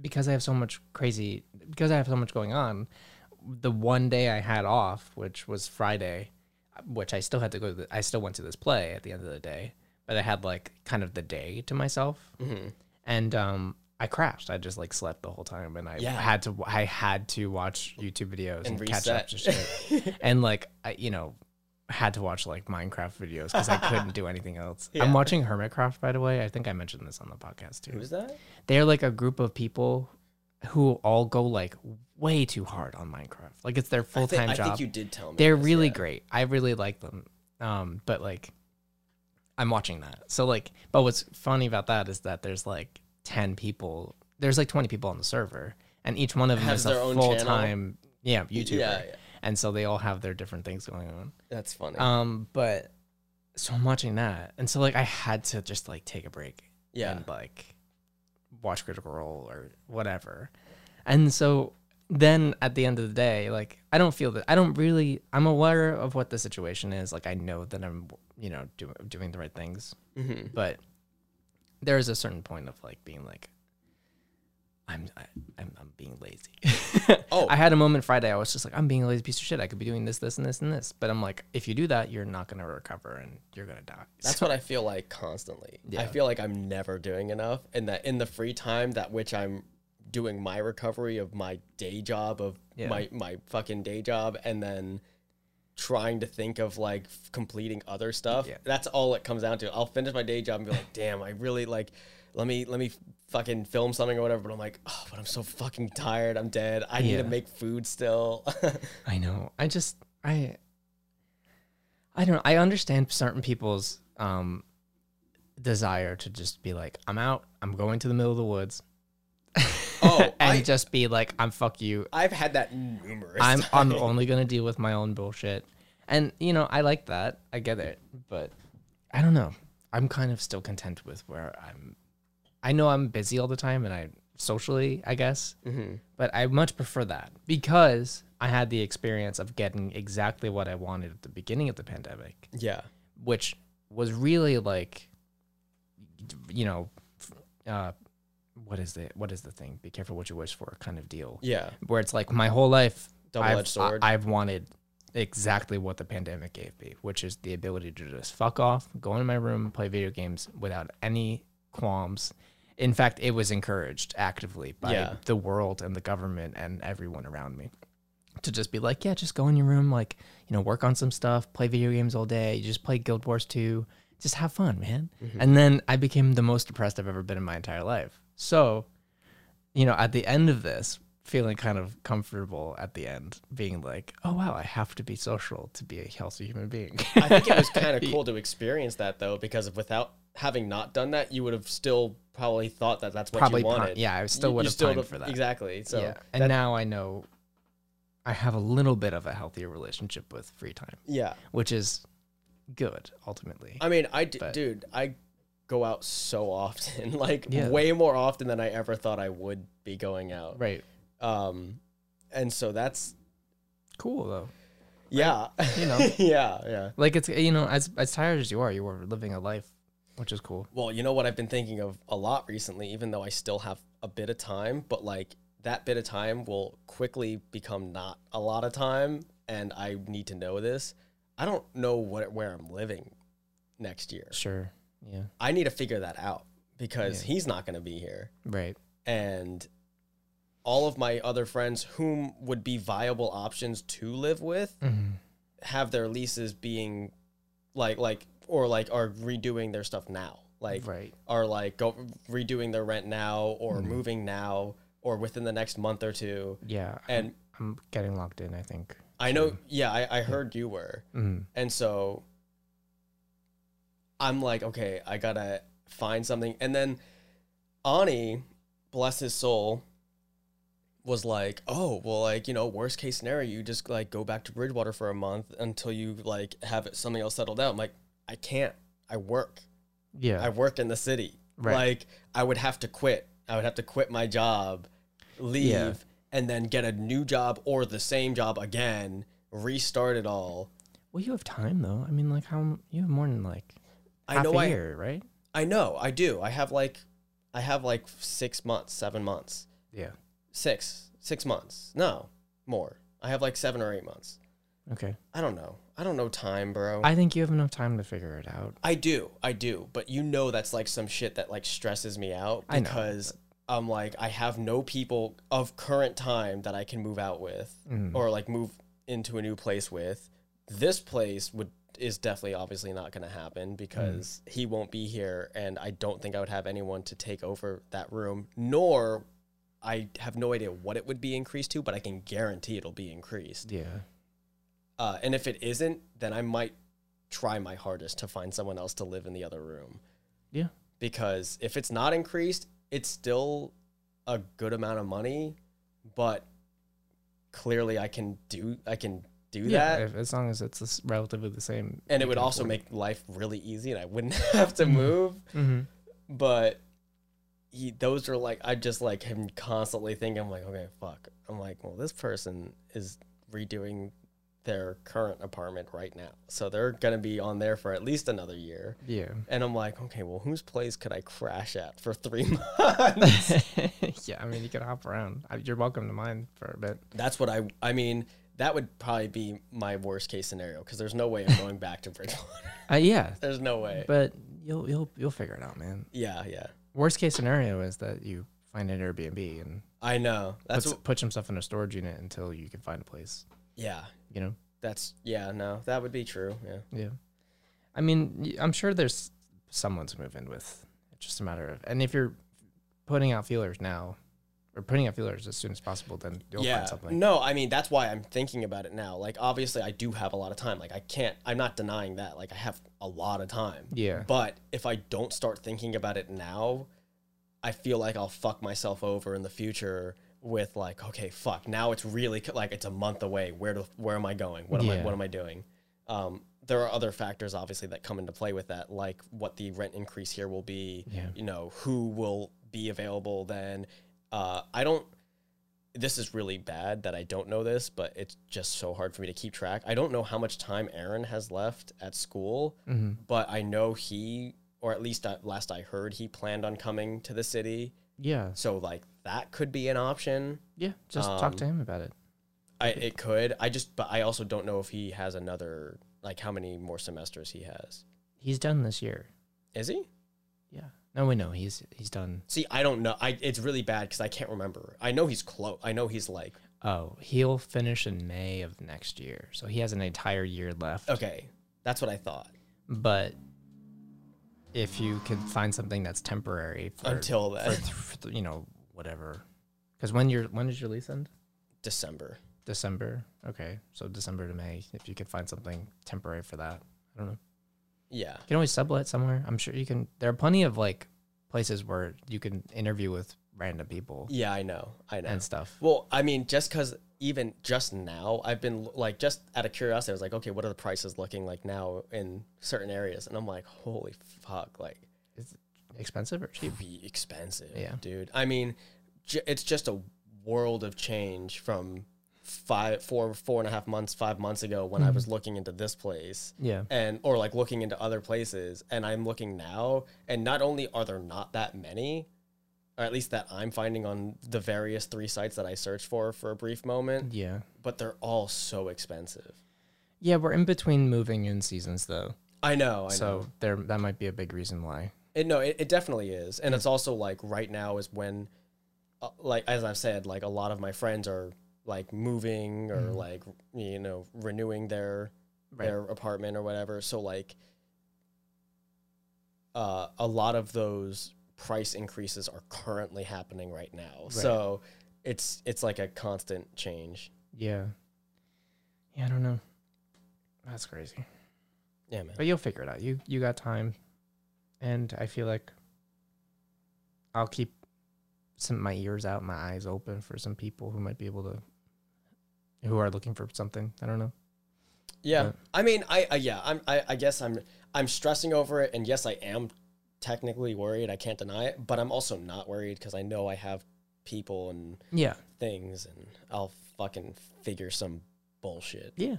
[SPEAKER 1] because I have so much crazy, because I have so much going on, the one day I had off, which was Friday, which I still had to go to, the, I still went to this play at the end of the day, but I had like kind of the day to myself.
[SPEAKER 2] Mhm.
[SPEAKER 1] and um I crashed. I just like slept the whole time, and I
[SPEAKER 2] Yeah.
[SPEAKER 1] had to. I had to watch YouTube videos and,
[SPEAKER 2] And
[SPEAKER 1] catch up to shit, and like I, you know, had to watch like Minecraft videos because I couldn't do anything
[SPEAKER 2] (laughs)
[SPEAKER 1] else. I'm
[SPEAKER 2] Yeah.
[SPEAKER 1] watching Hermitcraft, by the way. I think I mentioned this on the podcast too.
[SPEAKER 2] who's that
[SPEAKER 1] They're like a group of people who all go like way too hard on Minecraft. Like it's their full
[SPEAKER 2] I think,
[SPEAKER 1] time
[SPEAKER 2] I
[SPEAKER 1] job.
[SPEAKER 2] think you did tell me
[SPEAKER 1] They're
[SPEAKER 2] this,
[SPEAKER 1] really
[SPEAKER 2] yeah.
[SPEAKER 1] great. I really like them. Um, but like, I'm watching that. So like, but what's funny about that is that there's like ten people. There's like twenty people on the server, and each one of them
[SPEAKER 2] Has
[SPEAKER 1] is
[SPEAKER 2] their
[SPEAKER 1] a
[SPEAKER 2] own
[SPEAKER 1] full time yeah YouTuber.
[SPEAKER 2] yeah, yeah
[SPEAKER 1] And so they all have their different things going on.
[SPEAKER 2] that's funny
[SPEAKER 1] Um, but so I'm watching that, and so like I had to just like take a break
[SPEAKER 2] yeah
[SPEAKER 1] and like watch Critical Role or whatever. And so then at the end of the day, like I don't feel that I don't really I'm aware of what the
[SPEAKER 2] Mm-hmm.
[SPEAKER 1] situation is. Like I know that I'm you know do, doing the right things,
[SPEAKER 2] Mhm.
[SPEAKER 1] but there is a certain point of like being like, I'm I, I'm I'm being lazy. (laughs)
[SPEAKER 2] Oh.
[SPEAKER 1] I had a moment Friday. I was just like, I'm being a lazy piece of shit. I could be doing this, this, and this, and this. But I'm like, if you do that, you're not gonna recover and you're gonna die.
[SPEAKER 2] That's what I feel like constantly. I
[SPEAKER 1] Yeah.
[SPEAKER 2] feel like I'm never doing enough, and that in the free time that which I'm doing my recovery of my day job of
[SPEAKER 1] Yeah.
[SPEAKER 2] my my fucking day job, and then trying to think of like f- completing other stuff.
[SPEAKER 1] Yeah.
[SPEAKER 2] That's all it comes down to. I'll finish my day job and be like, damn, I really like. Let me let me fucking film something or whatever. But I'm like, oh, but I'm so fucking tired. I'm dead. I need
[SPEAKER 1] Yeah.
[SPEAKER 2] to make food still. (laughs)
[SPEAKER 1] I know. I just I I don't know. I understand certain people's um desire to just be like, I'm out, I'm going to the middle of the woods.
[SPEAKER 2] Oh,
[SPEAKER 1] (laughs) and
[SPEAKER 2] I-
[SPEAKER 1] just be like, I'm fuck you.
[SPEAKER 2] I've had that numerous. (laughs)
[SPEAKER 1] I'm
[SPEAKER 2] times.
[SPEAKER 1] I'm only gonna deal with my own bullshit. And you know, I like that. I get it. But I don't know. I'm kind of still content with where I'm I know I'm busy all the time and I socially, I guess. But I much prefer that because I had the experience of getting exactly what I wanted at the beginning of the pandemic,
[SPEAKER 2] yeah.
[SPEAKER 1] which was really like, you know, uh, what is the what is the thing? Be careful what you wish for, kind of deal.
[SPEAKER 2] Yeah.
[SPEAKER 1] Where it's like my whole life,
[SPEAKER 2] Double-edged
[SPEAKER 1] I've-
[SPEAKER 2] sword.
[SPEAKER 1] I, have wanted exactly what the pandemic gave me, which is the ability to just fuck off, go in my room, play video games without any qualms. In fact, it was encouraged actively by
[SPEAKER 2] Yeah.
[SPEAKER 1] the world and the government and everyone around me to just be like, yeah, just go in your room, like, you know, work on some stuff, play video games all day, you just play Guild Wars 2, just have fun, man.
[SPEAKER 2] Mm-hmm.
[SPEAKER 1] And then I became the most depressed I've ever been in my entire life. So, you know, at the end of this, feeling kind of comfortable at the end, being like, oh, wow, I have to be social to be a healthy human
[SPEAKER 2] (laughs)
[SPEAKER 1] being.
[SPEAKER 2] I think it was kind
[SPEAKER 1] (laughs)
[SPEAKER 2] of cool to experience that though, because if without having not done that, you would have still probably thought that that's what
[SPEAKER 1] Probably
[SPEAKER 2] you
[SPEAKER 1] pine-
[SPEAKER 2] wanted.
[SPEAKER 1] yeah, I still
[SPEAKER 2] You- you
[SPEAKER 1] would have
[SPEAKER 2] still
[SPEAKER 1] pined
[SPEAKER 2] would've-
[SPEAKER 1] for that.
[SPEAKER 2] Exactly. So
[SPEAKER 1] yeah. And now I know I have a little bit of a healthier relationship with free time,
[SPEAKER 2] yeah,
[SPEAKER 1] which is good ultimately.
[SPEAKER 2] I mean, I d-
[SPEAKER 1] But-
[SPEAKER 2] dude, I go out so often, (laughs) like
[SPEAKER 1] Yeah.
[SPEAKER 2] way more often than I ever thought I would be going out.
[SPEAKER 1] right.
[SPEAKER 2] Um, and so that's
[SPEAKER 1] Cool though.
[SPEAKER 2] yeah,
[SPEAKER 1] You know.
[SPEAKER 2] (laughs) yeah, yeah.
[SPEAKER 1] Like it's you know as as tired as you are, you were living a life, which is cool.
[SPEAKER 2] Well, you know what I've been thinking of a lot recently, even though I still have a bit of time, but like that bit of time will quickly become not a lot of time. And I need to know this. I don't know what, where I'm living next year.
[SPEAKER 1] Sure. Yeah.
[SPEAKER 2] I need to figure that out because
[SPEAKER 1] Yeah.
[SPEAKER 2] he's not going to be here.
[SPEAKER 1] Right.
[SPEAKER 2] And all of my other friends, whom would be viable options to live with,
[SPEAKER 1] Mm-hmm.
[SPEAKER 2] have their leases being like, like, or like are redoing their stuff now. Like,
[SPEAKER 1] Right.
[SPEAKER 2] are like go, redoing their rent now or moving now or within the next month or two.
[SPEAKER 1] Yeah.
[SPEAKER 2] And
[SPEAKER 1] I'm getting locked in. I think.
[SPEAKER 2] I know, yeah, I, I heard you were.
[SPEAKER 1] Mm.
[SPEAKER 2] And so I'm like, okay, I gotta find something. And then Ani, bless his soul, was like, oh, well, like, you know, worst case scenario, you just like go back to Bridgewater for a month until you like have something else settled down. I'm like, I can't. I work.
[SPEAKER 1] Yeah.
[SPEAKER 2] I work in the city.
[SPEAKER 1] Right.
[SPEAKER 2] Like I would have to quit. I would have to quit my job, leave,
[SPEAKER 1] Yeah.
[SPEAKER 2] and then get a new job or the same job again, restart it all.
[SPEAKER 1] well, you have time though. I mean, like how m- you have more than like half
[SPEAKER 2] I know
[SPEAKER 1] a
[SPEAKER 2] I
[SPEAKER 1] year, right?
[SPEAKER 2] I know, I do. I have like I have like six months, seven months.
[SPEAKER 1] Yeah.
[SPEAKER 2] Six. Six months. No. More. I have like seven or eight months.
[SPEAKER 1] Okay.
[SPEAKER 2] I don't know. I don't know time, bro.
[SPEAKER 1] I think you have enough time to figure it out.
[SPEAKER 2] I do, I do, but you know that's like some shit that like stresses me out
[SPEAKER 1] I know,
[SPEAKER 2] because I'm like I have no people of current time that I can move out with
[SPEAKER 1] Mm.
[SPEAKER 2] or like move into a new place with. This place would is definitely obviously not going to happen because he won't be here and I don't think I would have anyone to take over that room nor I have no idea what it would be increased to, but I can guarantee it'll be increased.
[SPEAKER 1] Yeah.
[SPEAKER 2] Uh, and if it isn't, then I might try my hardest to find someone else to live in the other room.
[SPEAKER 1] Yeah.
[SPEAKER 2] Because if it's not increased, it's still a good amount of money, but clearly I can do I can do that.
[SPEAKER 1] If, as long as it's the s- relatively the same.
[SPEAKER 2] and it would also make life really easy and I wouldn't (laughs) have to move.
[SPEAKER 1] hmm
[SPEAKER 2] But he, those are like I just like him constantly thinking I'm like, okay, fuck. I'm like, well, this person is redoing their current apartment right now. So they're going to be on there for at least another year.
[SPEAKER 1] Yeah.
[SPEAKER 2] And I'm like, okay, well, whose place could I crash at for three (laughs)
[SPEAKER 1] (laughs)
[SPEAKER 2] months?
[SPEAKER 1] yeah, I mean, you can hop around. I, you're welcome to mine for a bit.
[SPEAKER 2] That's what I, I mean, that would probably be my worst case scenario because there's no way I'm going back to Bridgewater. (laughs)
[SPEAKER 1] Uh, yeah,
[SPEAKER 2] There's no way.
[SPEAKER 1] but you'll you'll you'll figure it out, man.
[SPEAKER 2] Yeah, yeah.
[SPEAKER 1] Worst case scenario is that you find an Airbnb and
[SPEAKER 2] I know. That's,
[SPEAKER 1] puts,
[SPEAKER 2] what,
[SPEAKER 1] puts himself in a storage unit until you can find a place.
[SPEAKER 2] yeah.
[SPEAKER 1] You know.
[SPEAKER 2] That's, yeah, no, that would be true. Yeah.
[SPEAKER 1] Yeah. I mean, y- I'm sure there's someone to move in with. It's just a matter of, and if you're putting out feelers now, or putting out feelers as soon as possible, then you'll
[SPEAKER 2] yeah.
[SPEAKER 1] find something.
[SPEAKER 2] No, I mean that's why I'm thinking about it now. Like obviously I do have a lot of time. Like I can't I'm not denying that. Like I have a lot of time.
[SPEAKER 1] Yeah.
[SPEAKER 2] But if I don't start thinking about it now, I feel like I'll fuck myself over in the future with like okay, fuck. Now it's really co- like it's a month away. Where do where am I going? What am I
[SPEAKER 1] Yeah.
[SPEAKER 2] what am I doing? Um there are other factors obviously that come into play with that, like what the rent increase here will be,
[SPEAKER 1] Yeah.
[SPEAKER 2] you know, who will be available then. Uh I don't this is really bad that I don't know this, but it's just so hard for me to keep track. I don't know how much time Aaron has left at school,
[SPEAKER 1] Mm-hmm.
[SPEAKER 2] but I know he, or at least I, last I heard, he planned on coming to the city.
[SPEAKER 1] Yeah.
[SPEAKER 2] So like that could be an option.
[SPEAKER 1] Yeah. Just talk
[SPEAKER 2] Um,
[SPEAKER 1] to him about it.
[SPEAKER 2] I it could. I just, but I also don't know if he has another like how many more semesters he has.
[SPEAKER 1] He's done this year.
[SPEAKER 2] Is he?
[SPEAKER 1] Yeah. No, we know he's he's done.
[SPEAKER 2] See, I don't know. I it's really bad because I can't remember. I know he's close. I know he's like
[SPEAKER 1] Oh, he'll finish in May of next year, so he has an entire year left.
[SPEAKER 2] okay. That's what I thought
[SPEAKER 1] But if you can find something that's temporary for, for
[SPEAKER 2] until then, (laughs)
[SPEAKER 1] th- you know whatever, because when your when does your lease end?
[SPEAKER 2] December.
[SPEAKER 1] December. Okay, so December to May. If you could find something temporary for that, I don't know.
[SPEAKER 2] Yeah.
[SPEAKER 1] You can always sublet somewhere. I'm sure you can. There are plenty of like places where you can interview with random people
[SPEAKER 2] Yeah, I know. I know.
[SPEAKER 1] and stuff.
[SPEAKER 2] Well, I mean, just because even just now, I've been l- like, just out of curiosity, I was like, okay, what are the prices looking like now in certain areas? And I'm like, holy fuck, like,
[SPEAKER 1] It's expensive or cheap.
[SPEAKER 2] be expensive,
[SPEAKER 1] Yeah.
[SPEAKER 2] dude. I mean, j- it's just a world of change from five, four, four and a half months, five months ago when I was looking into this place
[SPEAKER 1] Yeah.
[SPEAKER 2] and or like looking into other places and i'm looking now and not only are there not that many or at least that i'm finding on the various three sites that i searched for for a brief moment
[SPEAKER 1] Yeah.
[SPEAKER 2] but they're all so expensive
[SPEAKER 1] Yeah, we're in between moving in seasons though,
[SPEAKER 2] i know Oh, i know
[SPEAKER 1] so there that might be a big reason why.
[SPEAKER 2] it, no it, it definitely is and it's also like right now is when uh, like as i've said like a lot of my friends are like moving or like you know renewing their their apartment or whatever. So like uh a lot of those price increases are currently happening right now. So it's it's like a constant change.
[SPEAKER 1] Yeah. Yeah, I don't know. That's crazy,
[SPEAKER 2] Yeah, man.
[SPEAKER 1] but you'll figure it out. You you got time, and I feel like I'll keep some my ears out, my eyes open for some people who might be able to, who are looking for something. I don't know.
[SPEAKER 2] Yeah.
[SPEAKER 1] Yeah.
[SPEAKER 2] I mean, I, I yeah, I'm I, I guess I'm I'm stressing over it and yes, I am technically worried. I can't deny it, but I'm also not worried cuz I know I have people and
[SPEAKER 1] Yeah.
[SPEAKER 2] things and I'll fucking figure some bullshit.
[SPEAKER 1] Yeah.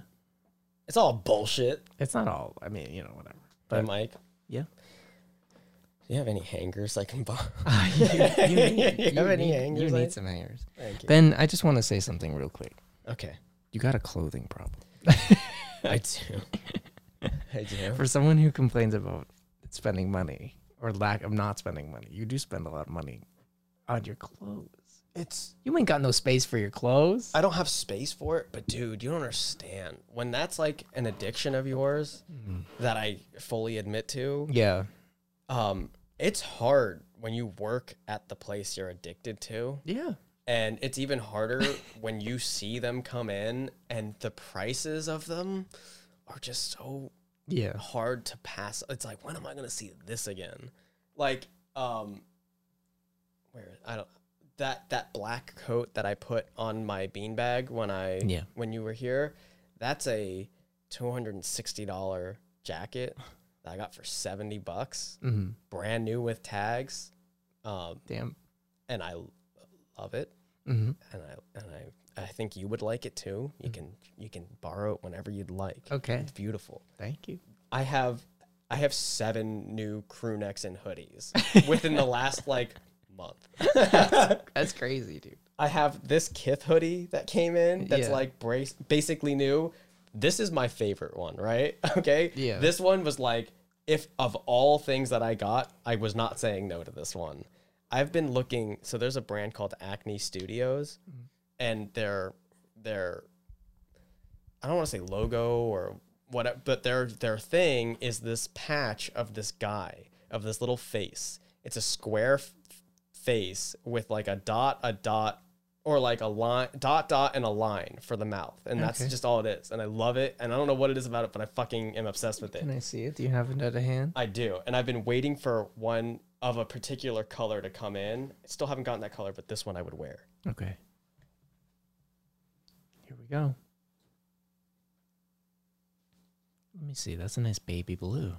[SPEAKER 2] It's all bullshit.
[SPEAKER 1] It's not all. I mean, you know, whatever.
[SPEAKER 2] But
[SPEAKER 1] But-
[SPEAKER 2] Mike,
[SPEAKER 1] Yeah.
[SPEAKER 2] do you have any hangers I can borrow?
[SPEAKER 1] (laughs)
[SPEAKER 2] (laughs)
[SPEAKER 1] you, you need,
[SPEAKER 2] You
[SPEAKER 1] you
[SPEAKER 2] have any
[SPEAKER 1] need-
[SPEAKER 2] hangers,
[SPEAKER 1] you
[SPEAKER 2] like?
[SPEAKER 1] need some hangers.
[SPEAKER 2] Thank you.
[SPEAKER 1] Ben, I just want to say something real quick.
[SPEAKER 2] Okay.
[SPEAKER 1] You got a clothing problem.
[SPEAKER 2] I do. (laughs) I do.
[SPEAKER 1] For someone who complains about spending money or lack of not spending money, you do spend a lot of money on your clothes.
[SPEAKER 2] It's
[SPEAKER 1] You ain't got no space for your clothes.
[SPEAKER 2] I don't have space for it, but dude, you don't understand. When that's like an addiction of yours that I fully admit to,
[SPEAKER 1] yeah.
[SPEAKER 2] um, it's hard when you work at the place you're addicted to.
[SPEAKER 1] Yeah.
[SPEAKER 2] And it's even (laughs) harder when you see them come in and the prices of them are just so
[SPEAKER 1] Yeah.
[SPEAKER 2] hard to pass. It's like, when am I gonna see this again? Like, um, where I don't that that black coat that I put on my beanbag when I
[SPEAKER 1] Yeah.
[SPEAKER 2] when you were here, that's a two hundred and sixty dollar jacket that I got for seventy bucks,
[SPEAKER 1] Mhm.
[SPEAKER 2] brand new with tags, um,
[SPEAKER 1] Damn.
[SPEAKER 2] and I love it,
[SPEAKER 1] hmm
[SPEAKER 2] and I and I I think you would like it too. You can you can borrow it whenever you'd like.
[SPEAKER 1] Mm. Okay.
[SPEAKER 2] It's beautiful.
[SPEAKER 1] Thank you.
[SPEAKER 2] I have I have seven new crew necks and
[SPEAKER 1] (laughs)
[SPEAKER 2] hoodies within the last like month.
[SPEAKER 1] That's crazy, dude.
[SPEAKER 2] I have this Kith hoodie that came in that's
[SPEAKER 1] Yeah.
[SPEAKER 2] like brace basically new. This is my favorite one, right? (laughs) Okay.
[SPEAKER 1] Yeah.
[SPEAKER 2] This one was like, if of all things that I got, I was not saying no to this one. I've been looking. So there's a brand called Acne Studios,
[SPEAKER 1] Mm.
[SPEAKER 2] and their their I don't want to say logo or whatever, but their their thing is this patch of this guy of this little face. It's a square f- face with like a dot, a dot, or like a line, dot, dot, and a line for the mouth, and that's
[SPEAKER 1] Okay.
[SPEAKER 2] just all it is. And I love it, and I don't know what it is about it, but I fucking am obsessed with it.
[SPEAKER 1] Can I see it? Do you have it at a hand?
[SPEAKER 2] I do, and I've been waiting for one of a particular color to come in. I still haven't gotten that color, but this one I would wear.
[SPEAKER 1] Okay. Here we go. Let me see. That's a nice baby blue.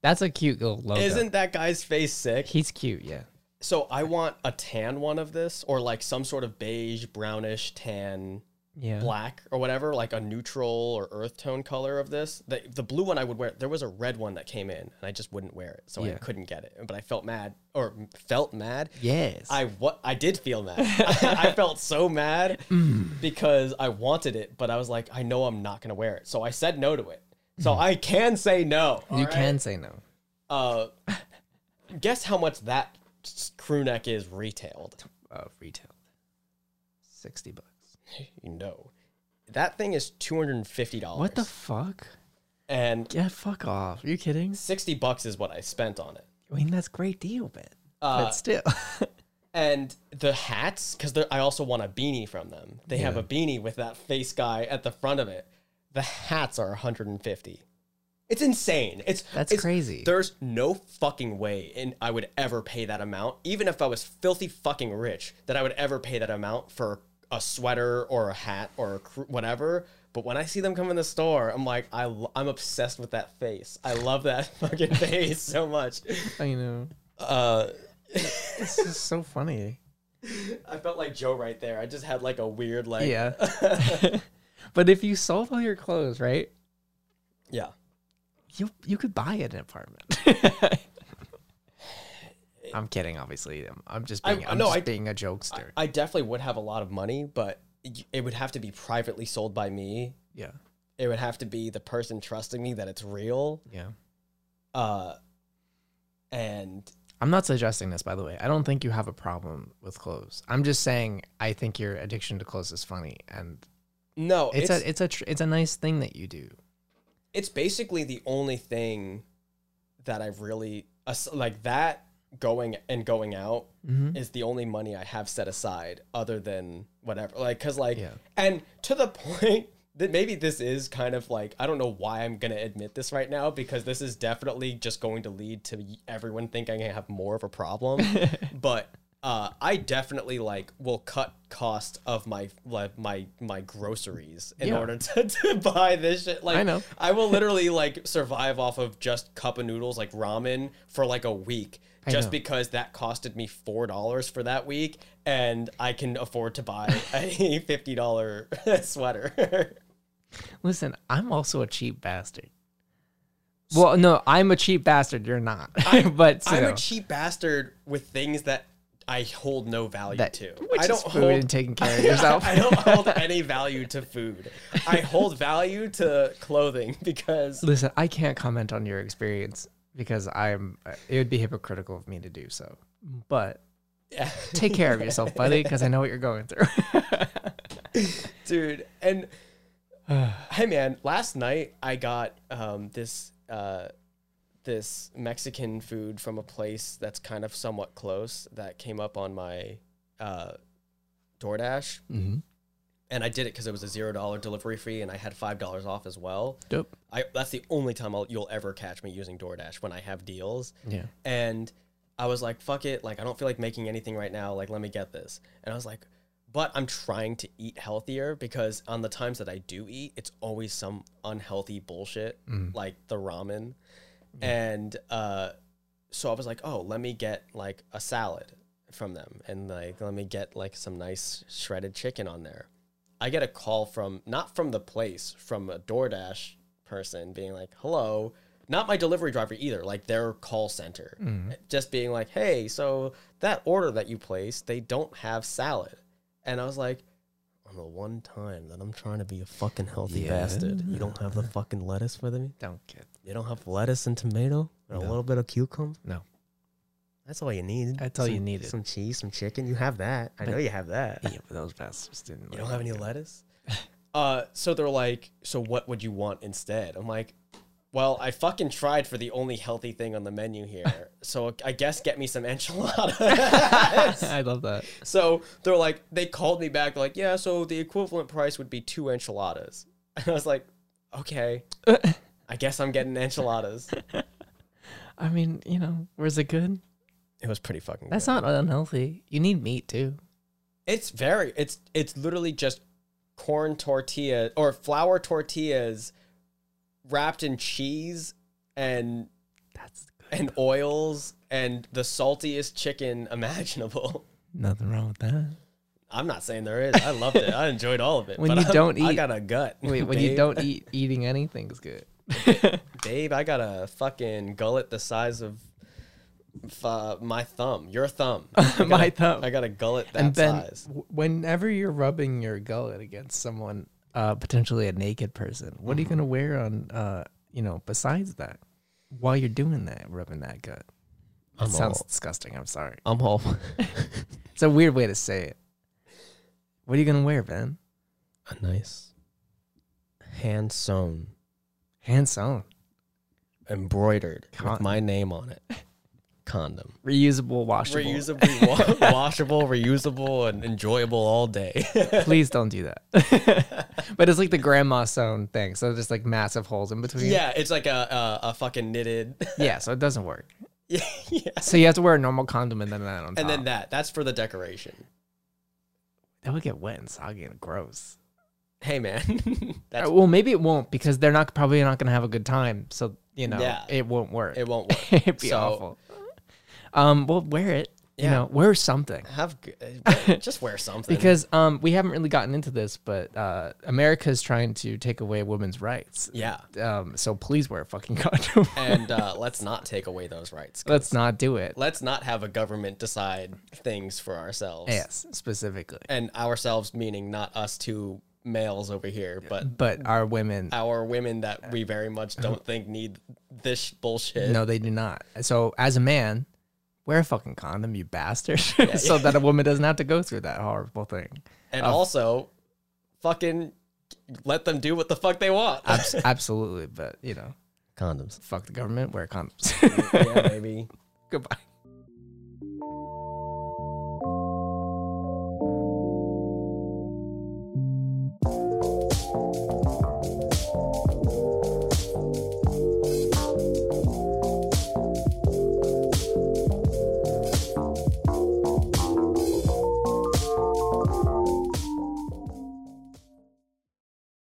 [SPEAKER 1] That's a cute little logo.
[SPEAKER 2] Isn't that guy's face sick?
[SPEAKER 1] He's cute, yeah.
[SPEAKER 2] So I want a tan one of this, or like some sort of beige, brownish, tan,
[SPEAKER 1] Yeah.
[SPEAKER 2] black, or whatever, like a neutral or earth tone color of this. The, the blue one I would wear. There was a red one that came in, and I just wouldn't wear it, so I
[SPEAKER 1] Yeah.
[SPEAKER 2] couldn't get it. But I felt mad, or felt mad.
[SPEAKER 1] Yes.
[SPEAKER 2] I what I did feel
[SPEAKER 1] (laughs)
[SPEAKER 2] mad. (laughs) I felt so mad
[SPEAKER 1] Mm.
[SPEAKER 2] because I wanted it, but I was like, I know I'm not gonna wear it, so I said no to it. So
[SPEAKER 1] Mm.
[SPEAKER 2] I can say no. all
[SPEAKER 1] you
[SPEAKER 2] right?
[SPEAKER 1] can say no.
[SPEAKER 2] Uh, guess how much that s- crew neck is retailed.
[SPEAKER 1] Uh, retail. 60 bucks.
[SPEAKER 2] you know. That thing is two hundred and fifty dollars.
[SPEAKER 1] What the fuck?
[SPEAKER 2] and
[SPEAKER 1] Yeah, fuck off. Are you kidding?
[SPEAKER 2] sixty bucks is what I spent on it.
[SPEAKER 1] I mean, that's a great deal, man.
[SPEAKER 2] Uh,
[SPEAKER 1] but still. (laughs)
[SPEAKER 2] And the hats, because I also want a beanie from them. They have a beanie with that face guy at the front of it. The hats are one hundred and fifty. It's insane. It's
[SPEAKER 1] That's
[SPEAKER 2] it's-
[SPEAKER 1] crazy.
[SPEAKER 2] There's no fucking way, and I would ever pay that amount, even if I was filthy fucking rich, that I would ever pay that amount for a sweater or a hat or a cr- whatever. But when I see them come in the store, I'm like, I l- I'm obsessed with that face. I love that (laughs) fucking face so much.
[SPEAKER 1] I know.
[SPEAKER 2] Uh,
[SPEAKER 1] This is so funny.
[SPEAKER 2] I felt like Joe right there. I just had like a weird
[SPEAKER 1] (laughs)
[SPEAKER 2] like (laughs)
[SPEAKER 1] Yeah. but if you sold all your clothes, right?
[SPEAKER 2] yeah.
[SPEAKER 1] you you could buy an
[SPEAKER 2] (laughs)
[SPEAKER 1] apartment. (laughs) I'm kidding, obviously. I'm, I'm just
[SPEAKER 2] I-
[SPEAKER 1] being, I, am
[SPEAKER 2] no,
[SPEAKER 1] just
[SPEAKER 2] I-
[SPEAKER 1] being a jokester.
[SPEAKER 2] I definitely would have a lot of money, but it- it would have to be privately sold by me.
[SPEAKER 1] yeah,
[SPEAKER 2] It would have to be the person trusting me that it's real.
[SPEAKER 1] yeah.
[SPEAKER 2] Uh, and
[SPEAKER 1] I'm not suggesting this, by the way. I don't think you have a problem with clothes. I'm just saying I think your addiction to clothes is funny, and
[SPEAKER 2] no,
[SPEAKER 1] it's,
[SPEAKER 2] it's it's,
[SPEAKER 1] a it's a tr- it's a nice thing that you do.
[SPEAKER 2] basically the only thing that I've really as- like that going and going out
[SPEAKER 1] Mm-hmm.
[SPEAKER 2] is the only money I have set aside other than whatever. Like, cause like,
[SPEAKER 1] Yeah.
[SPEAKER 2] and to the (laughs) point that maybe this is kind of like, I don't know why I'm going to admit this right now because this is definitely just going to lead to everyone thinking I have more of
[SPEAKER 1] (laughs)
[SPEAKER 2] a problem. but, uh, I definitely like will cut cost of my like my my groceries in
[SPEAKER 1] Yeah.
[SPEAKER 2] order to, (laughs) to buy this shit. Like
[SPEAKER 1] I know.
[SPEAKER 2] I will literally like survive off of just cup of noodles like ramen for like a week just
[SPEAKER 1] know.
[SPEAKER 2] because that costed me four dollars for that week and I can afford
[SPEAKER 1] (laughs)
[SPEAKER 2] to buy a fifty dollar (laughs) sweater.
[SPEAKER 1] Listen, I'm also a cheap bastard. Well, no, I'm a cheap bastard. You're not, (laughs) but
[SPEAKER 2] I'm
[SPEAKER 1] still.
[SPEAKER 2] a cheap bastard with things that I hold no value
[SPEAKER 1] That-
[SPEAKER 2] to.
[SPEAKER 1] which
[SPEAKER 2] I
[SPEAKER 1] is
[SPEAKER 2] don't
[SPEAKER 1] food (laughs)
[SPEAKER 2] hold
[SPEAKER 1] and taking
[SPEAKER 2] (laughs)
[SPEAKER 1] care of yourself.
[SPEAKER 2] I don't hold any value to food. I hold value to clothing because
[SPEAKER 1] Listen, I can't comment on your experience because I'm. It would be hypocritical of me to do so. But
[SPEAKER 2] Yeah.
[SPEAKER 1] take care of yourself, buddy, because I know what you're going
[SPEAKER 2] (laughs)
[SPEAKER 1] through.
[SPEAKER 2] dude and hey man last night i got um this uh this mexican food from a place that's kind of somewhat close that came up on my uh doordash
[SPEAKER 1] mm-hmm.
[SPEAKER 2] and i did it because it was a zero dollar delivery fee and i had five dollars off as well
[SPEAKER 1] Dope.
[SPEAKER 2] I, that's the only time I'll, you'll ever catch me using DoorDash when I have deals.
[SPEAKER 1] Yeah.
[SPEAKER 2] And I was like, fuck it. Like, I don't feel like making anything right now. Like, let me get this. And I was like, but I'm trying to eat healthier because on the times that I do eat, it's always some unhealthy bullshit, like the ramen. And uh, so I was like, oh, let me get like a salad from them and like let me get like some nice shredded chicken on there. I get a call from not from the place, from a DoorDash person being like, "Hello." Not my delivery driver either, like their call center. Just being like, "Hey, so that order that you placed, they don't have salad." And I was like, on the one time that I'm trying to be a fucking healthy bastard, you don't have the fucking lettuce for me?
[SPEAKER 1] Don't get
[SPEAKER 2] You don't have lettuce and tomato and a little bit of cucumber?
[SPEAKER 1] no.
[SPEAKER 2] That's all you need.
[SPEAKER 1] That's all you
[SPEAKER 2] Some-
[SPEAKER 1] needed.
[SPEAKER 2] Some cheese, some chicken. You have that. I know you have that.
[SPEAKER 1] Yeah, but those bastards didn't.
[SPEAKER 2] You don't have any lettuce? (laughs) Uh, so they're like, so what would you want instead? I'm like, well, I fucking tried for the only healthy thing on the menu here. So I guess get me
[SPEAKER 1] (laughs)
[SPEAKER 2] some enchiladas.
[SPEAKER 1] I love that.
[SPEAKER 2] So they're like, they called me back, like, yeah, so the equivalent price would be two enchiladas. (laughs) And I was like, okay, I guess I'm getting enchiladas.
[SPEAKER 1] I mean, you know, was it good?
[SPEAKER 2] It was pretty fucking
[SPEAKER 1] That's
[SPEAKER 2] good.
[SPEAKER 1] not unhealthy. You need meat too.
[SPEAKER 2] It's very, it's, it's literally just corn tortilla or flour tortillas wrapped in cheese and,
[SPEAKER 1] That's good.
[SPEAKER 2] and oils and the saltiest chicken (laughs) imaginable.
[SPEAKER 1] Nothing wrong with that.
[SPEAKER 2] I'm not saying there is. I loved it. I enjoyed all of it.
[SPEAKER 1] When
[SPEAKER 2] but
[SPEAKER 1] you
[SPEAKER 2] I'm-
[SPEAKER 1] don't
[SPEAKER 2] I
[SPEAKER 1] eat-
[SPEAKER 2] got a gut.
[SPEAKER 1] Wait, when you
[SPEAKER 2] babe.
[SPEAKER 1] don't eat, eating anything's good.
[SPEAKER 2] Babe, I got a fucking gullet the size of f- uh, my thumb, your
[SPEAKER 1] (laughs)
[SPEAKER 2] thumb. I got
[SPEAKER 1] My
[SPEAKER 2] a-
[SPEAKER 1] thumb.
[SPEAKER 2] I got a gullet that
[SPEAKER 1] and then,
[SPEAKER 2] size.
[SPEAKER 1] w- whenever you're rubbing your gullet against someone, uh, potentially a naked person, what are you gonna wear on, uh, you know, besides that, while you're doing that, rubbing that gut? That
[SPEAKER 2] I'm
[SPEAKER 1] sounds
[SPEAKER 2] all-
[SPEAKER 1] disgusting. I'm sorry.
[SPEAKER 2] I'm whole.
[SPEAKER 1] It's a weird way to say it. What are you gonna wear, Ben?
[SPEAKER 2] (laughs) a nice hand sewn,
[SPEAKER 1] Hand sewn,
[SPEAKER 2] embroidered with
[SPEAKER 1] Con-
[SPEAKER 2] my name on it (laughs) condom.
[SPEAKER 1] reusable, washable.
[SPEAKER 2] Reusable, wa- (laughs) washable, reusable, and enjoyable all day.
[SPEAKER 1] Please don't do that. but it's like the grandma sewn thing, so just like massive holes in between.
[SPEAKER 2] (laughs) yeah, it's like a, a, a fucking knitted. (laughs)
[SPEAKER 1] Yeah, so it doesn't work.
[SPEAKER 2] yeah, yeah.
[SPEAKER 1] So you have to wear a normal condom and then that on top.
[SPEAKER 2] And then that. That's for the decoration.
[SPEAKER 1] that would get wet and soggy and gross.
[SPEAKER 2] Hey, man. (laughs) that's,
[SPEAKER 1] Uh, well, maybe it won't because they're not probably not going to have a good time. So you know,
[SPEAKER 2] Yeah.
[SPEAKER 1] it won't work.
[SPEAKER 2] it won't
[SPEAKER 1] (laughs)
[SPEAKER 2] work.
[SPEAKER 1] It'd be
[SPEAKER 2] so-
[SPEAKER 1] awful. Um, well, wear it. You
[SPEAKER 2] Yeah.
[SPEAKER 1] know, wear something.
[SPEAKER 2] Have
[SPEAKER 1] (laughs)
[SPEAKER 2] g- just wear something.
[SPEAKER 1] Because um, we haven't really gotten into this, but uh, America is trying to take away women's rights.
[SPEAKER 2] yeah,
[SPEAKER 1] Um, so please wear a fucking (laughs) condom.
[SPEAKER 2] and uh, let's not take away those rights.
[SPEAKER 1] Let's not do it.
[SPEAKER 2] Let's not have a government decide things for ourselves.
[SPEAKER 1] Yes, specifically.
[SPEAKER 2] and ourselves meaning not us two males over here, but
[SPEAKER 1] But our women,
[SPEAKER 2] our women that we very much don't think need this bullshit.
[SPEAKER 1] no, they do not. So as a man, wear a fucking condom, you bastard, so that a woman doesn't have to go through that horrible thing.
[SPEAKER 2] and also, fucking let them do what the fuck they want.
[SPEAKER 1] Abs- absolutely. But you know,
[SPEAKER 2] Condoms.
[SPEAKER 1] fuck the government. Wear condoms.
[SPEAKER 2] (laughs) yeah, baby.
[SPEAKER 1] (laughs) Goodbye.